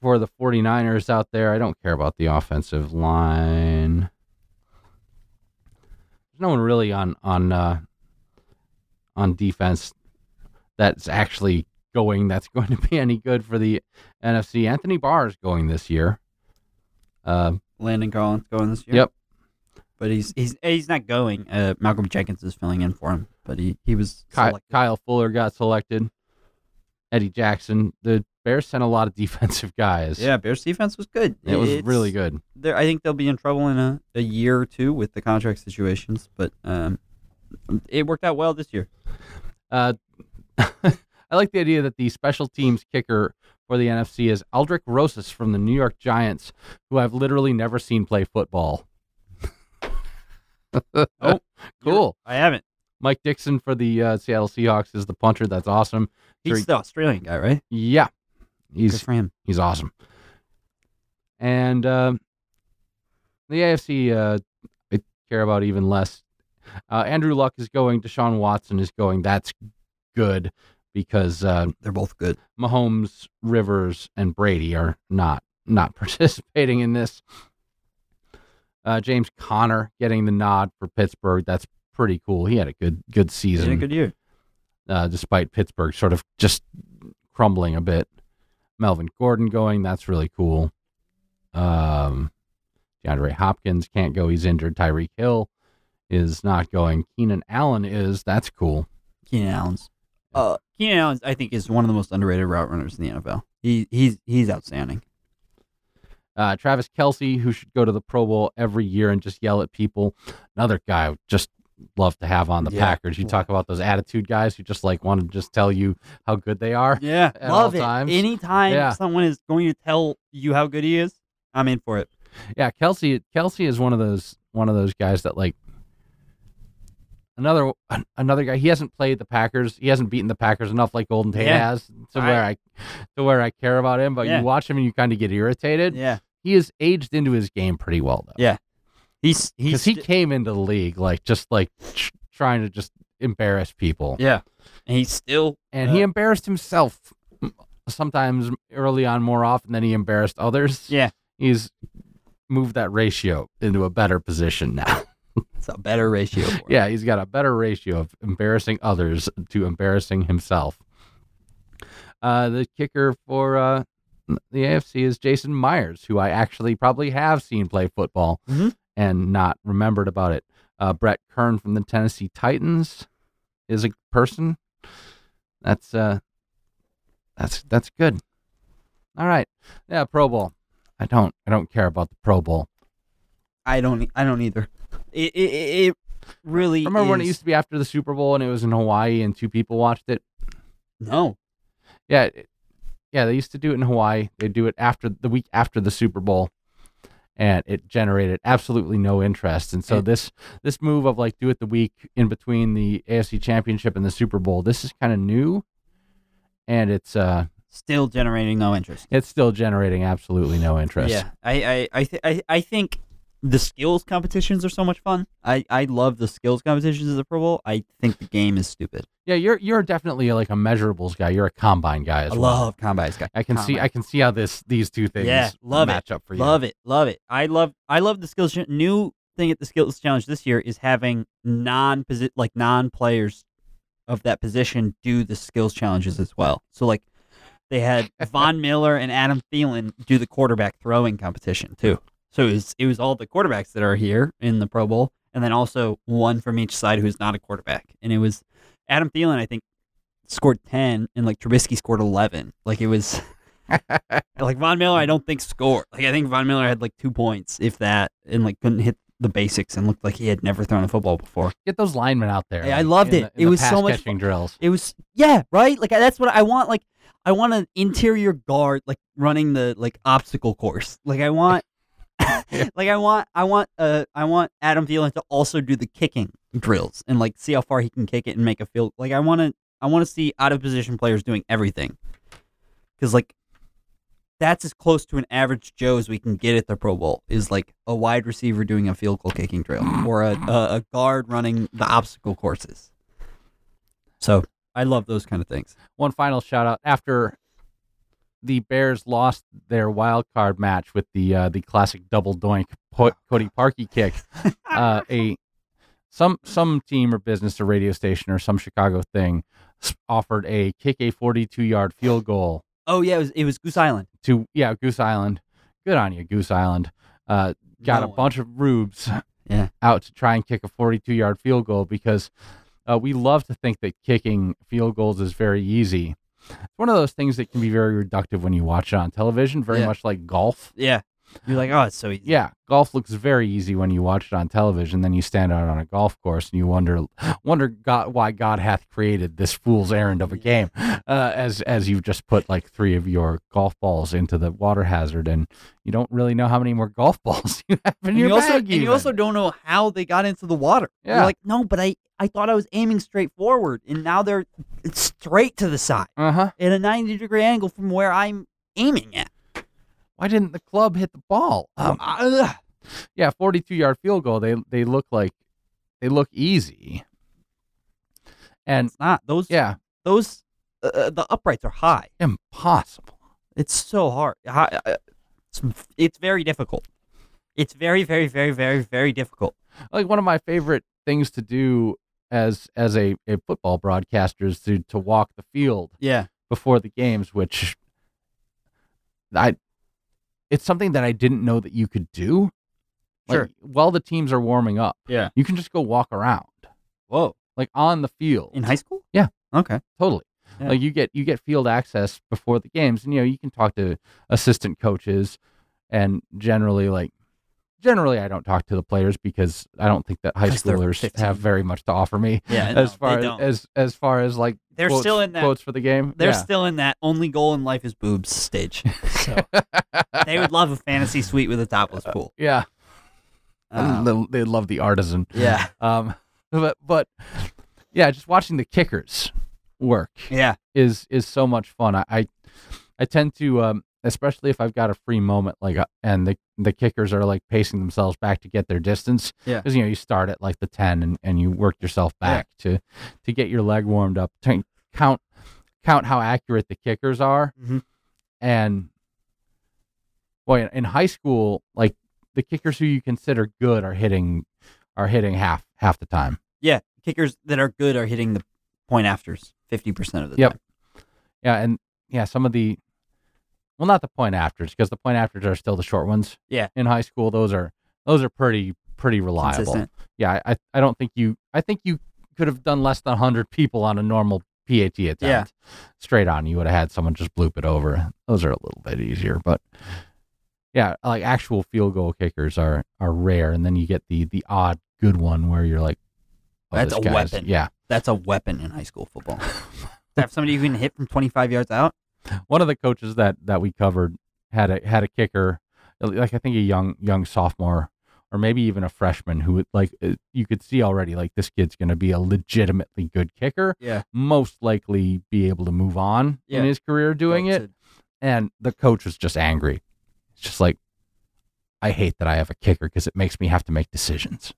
S1: for the 49ers out there. I don't care about the offensive line. There's no one really on on uh, on defense that's actually going. That's going to be any good for the NFC. Anthony Barr is going this year. Um,
S2: Landon Collins going this year.
S1: Yep.
S2: But he's he's he's not going. Uh, Malcolm Jenkins is filling in for him. But he he was
S1: Ky-
S2: selected.
S1: Kyle Fuller got selected. Eddie Jackson. The Bears sent a lot of defensive guys.
S2: Yeah, Bears defense was good.
S1: It was
S2: It's-
S1: really good.
S2: they're- I think they'll be in trouble in a, a year or two with the contract situations, but um, it worked out well this year.
S1: Uh, I like the idea that the special teams kicker for the NFC is Aldrich Rosas from the New York Giants, who I've literally never seen play football.
S2: You're-
S1: cool.
S2: I haven't.
S1: Mike Dixon for the uh, Seattle Seahawks is the punter. That's awesome.
S2: He's
S1: Three-
S2: the Australian guy, right?
S1: Yeah.
S2: Good
S1: He's
S2: for him.
S1: He's awesome. And um the AFC, uh, I care about even less. Uh, Andrew Luck is going. Deshaun Watson is going. That's good because uh,
S2: They're both good.
S1: Mahomes, Rivers, and Brady are not not participating in this. Uh, James Connor getting the nod for Pittsburgh. That's pretty cool. He had a good good
S2: He's
S1: season
S2: in a good year.
S1: uh, despite Pittsburgh sort of just crumbling a bit. Melvin Gordon going, that's really cool. Um, DeAndre Hopkins can't go. He's injured. Tyreek Hill is not going. Keenan Allen is. That's cool.
S2: Keenan Allen's. Uh, Keenan Allen, I think, is one of the most underrated route runners in the NFL. He he's he's outstanding.
S1: Uh, Travis Kelsey, who should go to the Pro Bowl every year and just yell at people. Another guy I would just love to have on the
S2: Yeah.
S1: Packers. You talk about those attitude guys who just like want to just tell you how good they are.
S2: Yeah,
S1: At
S2: love
S1: all
S2: it.
S1: times.
S2: Anytime
S1: Yeah.
S2: someone is going to tell you how good he is, I'm in for it.
S1: Yeah, Kelsey. Kelsey is one of those one of those guys that like another an- another guy. He hasn't played the Packers. He hasn't beaten the Packers enough, like Golden Tate
S2: Yeah.
S1: has, to
S2: I-
S1: where I to where I care about him. But
S2: Yeah.
S1: you watch him and you kind of get irritated.
S2: Yeah,
S1: He is aged into his game pretty well though,
S2: Yeah, he's
S1: because
S2: he's
S1: he came into the league like just like tr- trying to just embarrass people,
S2: yeah, and he's still
S1: and he
S2: Yeah.
S1: embarrassed himself m- sometimes early on more often than he embarrassed others.
S2: Yeah.
S1: he's moved that ratio into a better position now.
S2: it's a better ratio. For him.
S1: Yeah, he's got a better ratio of embarrassing others to embarrassing himself. Uh, the kicker for uh, the AFC is Jason Myers, who I actually probably have seen play football
S2: Mhm.
S1: and not remembered about it. Uh, Brett Kern from the Tennessee Titans is a person. That's uh, that's that's good. All right, yeah, Pro Bowl. I don't I don't care about the Pro Bowl.
S2: I don't e, I don't either. It it, it it really
S1: Remember when it
S2: is-
S1: used to be after the Super Bowl and it was in Hawaii and two people watched it?
S2: no
S1: Yeah, it- yeah, they used to do it in Hawaii. They do it after the week after the Super Bowl, and it generated absolutely no interest. And so
S2: And-
S1: this this move of like do it the week in between the AFC Championship and the Super Bowl. This is kind of new, and it's uh
S2: still generating no interest.
S1: it's still generating absolutely no interest.
S2: Yeah, I I I, th- I I think the skills competitions are so much fun. I I love the skills competitions of the Pro Bowl. I think the game is stupid.
S1: Yeah, you're you're definitely like a measurables guy. You're a combine guy as
S2: I
S1: well.
S2: love combat guy.
S1: I can see
S2: combine.
S1: I can see how this these two things
S2: Yeah, love it.
S1: match up for you.
S2: Love it, love it. I love I love the skills challenge. New thing at the skills challenge this year is having non like non players of that position do the skills challenges as well. So like they had Von Miller and Adam Thielen do the quarterback throwing competition too. So it was it was all the quarterbacks that are here in the Pro Bowl, and then also one from each side who's not a quarterback. And it was Adam Thielen, I think, scored ten, and like Trubisky scored eleven. Like it was. Like Von Miller, I don't think scored. Like I think Von Miller had like two points, if that, and like couldn't hit the basics and looked like he had never thrown a football before.
S1: Get those linemen out there.
S2: I loved
S1: in
S2: it.
S1: the- in
S2: It
S1: the
S2: was so
S1: pass
S2: much
S1: catching drills.
S2: It was yeah, right. Like I- that's what I want. Like I want an interior guard, like running the like obstacle course. Like I want, like I want, I want, uh, I want Adam Thielen to also do the kicking drills and like see how far he can kick it and make a field. Like I want to, I want to see out of position players doing everything, because like that's as close to an average Joe as we can get at the Pro Bowl is like a wide receiver doing a field goal kicking drill or a, a, a guard running the obstacle courses. So I love those kind of things.
S1: one final shout out after the Bears lost their wild card match with the uh, the classic double doink po- Cody Parkey kick. Uh, a some some team or business or radio station or some Chicago thing s- offered a kick a 42 yard field goal
S2: Oh yeah, it was, it was Goose Island.
S1: to yeah Goose Island. Good on you Goose Island. Uh, got
S2: No
S1: a
S2: one.
S1: bunch of rubes
S2: Yeah.
S1: out to try and kick a 42 yard field goal because uh, we love to think that kicking field goals is very easy. It's one of those things that can be very reductive when you watch it on television, very
S2: Yeah.
S1: much like golf.
S2: Yeah, you're like, oh, it's so easy.
S1: Yeah, golf looks very easy when you watch it on television. Then you stand out on a golf course and you wonder, wonder God, why God hath created this fool's errand of a game, uh, as as you've just put like three of your golf balls into the water hazard, and you don't really know how many more golf balls you have in
S2: And
S1: your
S2: you also
S1: bag.
S2: and you also
S1: even.
S2: don't know how they got into the water.
S1: Yeah.
S2: You're like, no, but I I thought I was aiming straight forward, and now they're straight to the side
S1: uh-huh.
S2: at a 90 degree angle from where I'm aiming at.
S1: why didn't the club hit the ball? Um,
S2: Ugh.
S1: yeah, 42 yard field goal. They they look like they look easy. And
S2: It's not those.
S1: yeah,
S2: those uh, uh, the uprights are high.
S1: impossible.
S2: It's so hard. Hi- uh, It's, it's very difficult. It's very, very, very, very, very difficult.
S1: Like one of my favorite things to do as as a, a football broadcaster is to, to walk the field
S2: Yeah.
S1: before the games, which I it's something that I didn't know that you could do. Like,
S2: Sure.
S1: While the teams are warming up,
S2: Yeah.
S1: you can just go walk around,
S2: Whoa.
S1: like on the field.
S2: In high school?
S1: Yeah.
S2: Okay.
S1: totally.
S2: Yeah.
S1: Like you get you get field access before the games, and you know you can talk to assistant coaches, and generally like generally I don't talk to the players because I don't think that high
S2: 'Cause they're
S1: schoolers
S2: 15.
S1: have very much to offer me
S2: Yeah.
S1: as
S2: no,
S1: far
S2: they don't.
S1: as as far as like
S2: they're
S1: quotes,
S2: still in that.
S1: quotes for the game.
S2: They're
S1: yeah.
S2: still in that only goal in life is boobs stage. So they would love a fantasy suite with a topless pool.
S1: yeah,
S2: Um,
S1: They- they love the artisan.
S2: yeah.
S1: Um, but but yeah, just watching the kickers work
S2: Yeah.
S1: is is so much fun. I I, I tend to um, especially if I've got a free moment like uh, and the the kickers are like pacing themselves back to get their distance.
S2: Yeah.
S1: because you know you start at like the ten and, and you work yourself
S2: Yeah.
S1: back to to get your leg warmed up. To count count how accurate the kickers are,
S2: Mhm.
S1: and boy, in, in high school, like the kickers who you consider good are hitting are hitting half half the time.
S2: Yeah. Kickers that are good are hitting the point afters 50% of the
S1: Yep.
S2: time.
S1: Yeah, and yeah, some of the well, not the point afters because the point afters are still the short ones.
S2: Yeah.
S1: in high school, those are those are pretty pretty reliable.
S2: Consistent.
S1: Yeah, I I don't think you I think you could have done less than hundred people on a normal PAT attempt.
S2: Yeah.
S1: straight on. You would have had someone just bloop it over. Those are a little bit easier, but yeah, like actual field goal kickers are are rare, and then you get the the odd good one where you're like, oh,
S2: That's
S1: this
S2: a
S1: guy's-
S2: weapon.
S1: Yeah,
S2: That's a weapon in high school football. to have somebody who can hit from 25 yards out.
S1: one of the coaches that that we covered had a had a kicker uh, like i think a young young sophomore or maybe even a freshman who would, like uh, you could see already like this kid's going to be a legitimately good kicker
S2: Yeah.
S1: most likely be able to move on
S2: Yeah.
S1: in his career doing it and the coach was just angry it's just like i hate that i have a kicker because it makes me have to make decisions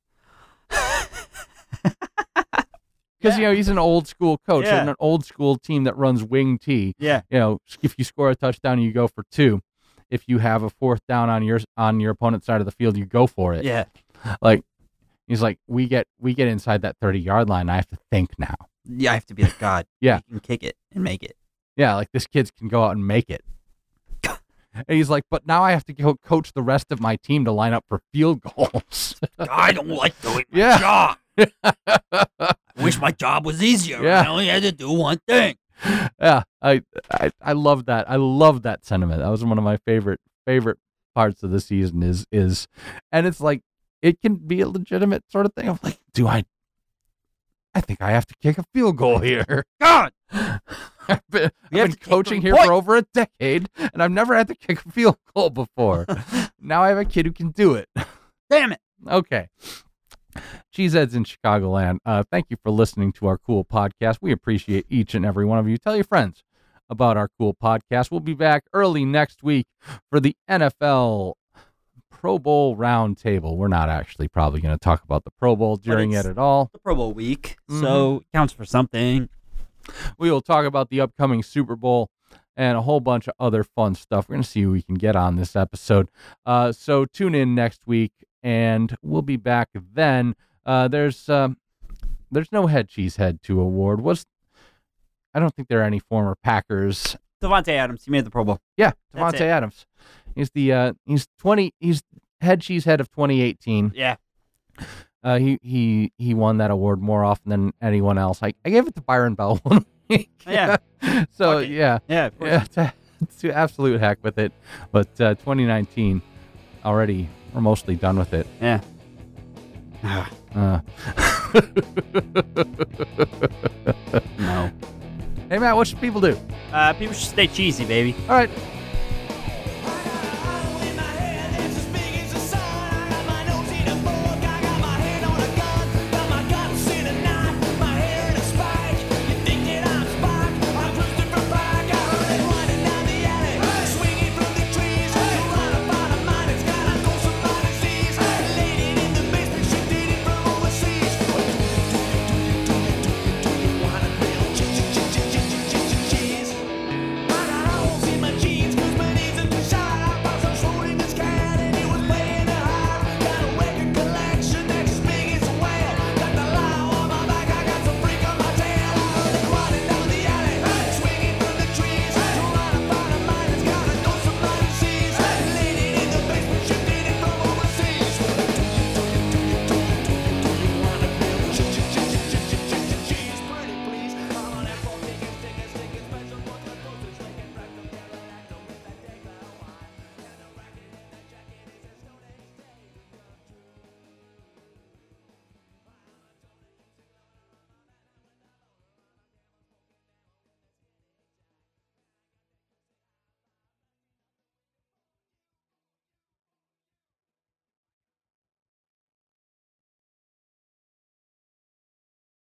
S1: because you know he's an old school coach
S2: Yeah.
S1: and an old school team that runs wing tee
S2: Yeah.
S1: you know, if you score a touchdown, you go for two. If you have a fourth down on your on your opponent's side of the field, you go for it.
S2: Yeah.
S1: He's like, we get we get inside that thirty yard line. I have to think now.
S2: Yeah. I have to be like, God.
S1: Yeah.
S2: You can kick it and make it.
S1: Yeah, like this kid can go out and make it. And he's like, but now I have to go coach the rest of my team to line up for field goals.
S2: I don't like doing my
S1: Yeah.
S2: job. I wish my job was easier.
S1: Yeah.
S2: I only had to do one thing.
S1: yeah, I, I I love that. I love that sentiment. That was one of my favorite favorite parts of the season. Is is, and it's like it can be a legitimate sort of thing. of like, do I? I think I have to kick a field goal here.
S2: God.
S1: I've been, I've
S2: You have
S1: been
S2: to kick
S1: coaching
S2: the
S1: here
S2: point.
S1: for over a decade, and I've never had to kick a field goal before. now I have a kid who can do it.
S2: Damn it.
S1: Okay. Cheeseheads in Chicagoland, uh, thank you for listening to our cool podcast. We appreciate each and every one of you. Tell your friends about our cool podcast. We'll be back early next week for the NFL Pro Bowl roundtable. We're not actually probably going to talk about the Pro Bowl during it
S2: it's-
S1: at all.
S2: The Pro Bowl week.
S1: Mhm.
S2: So it counts for something.
S1: We will talk about the upcoming Super Bowl and a whole bunch of other fun stuff. We're going to see who we can get on this episode. Uh, so tune in next week, and we'll be back then. Uh, there's um, there's no head cheese head to award. Was I don't think there are any former Packers.
S2: Devontae Adams, he made the Pro Bowl.
S1: Yeah,
S2: That's
S1: Devontae
S2: it.
S1: Adams. He's the uh, he's twenty. He's head cheese head of 2018.
S2: Yeah.
S1: Uh, he he he won that award more often than anyone else. I, I gave it to Byron Bell one week.
S2: Yeah.
S1: so
S2: Fuck it.
S1: yeah.
S2: Yeah. Of course.
S1: Yeah, to, to absolute heck with it. But uh, 2019, already, we're mostly done with it.
S2: Yeah. Ah,
S1: Uh,
S2: no.
S1: hey, Matt, what should people do?
S2: Uh, people should stay cheesy, baby.
S1: All right,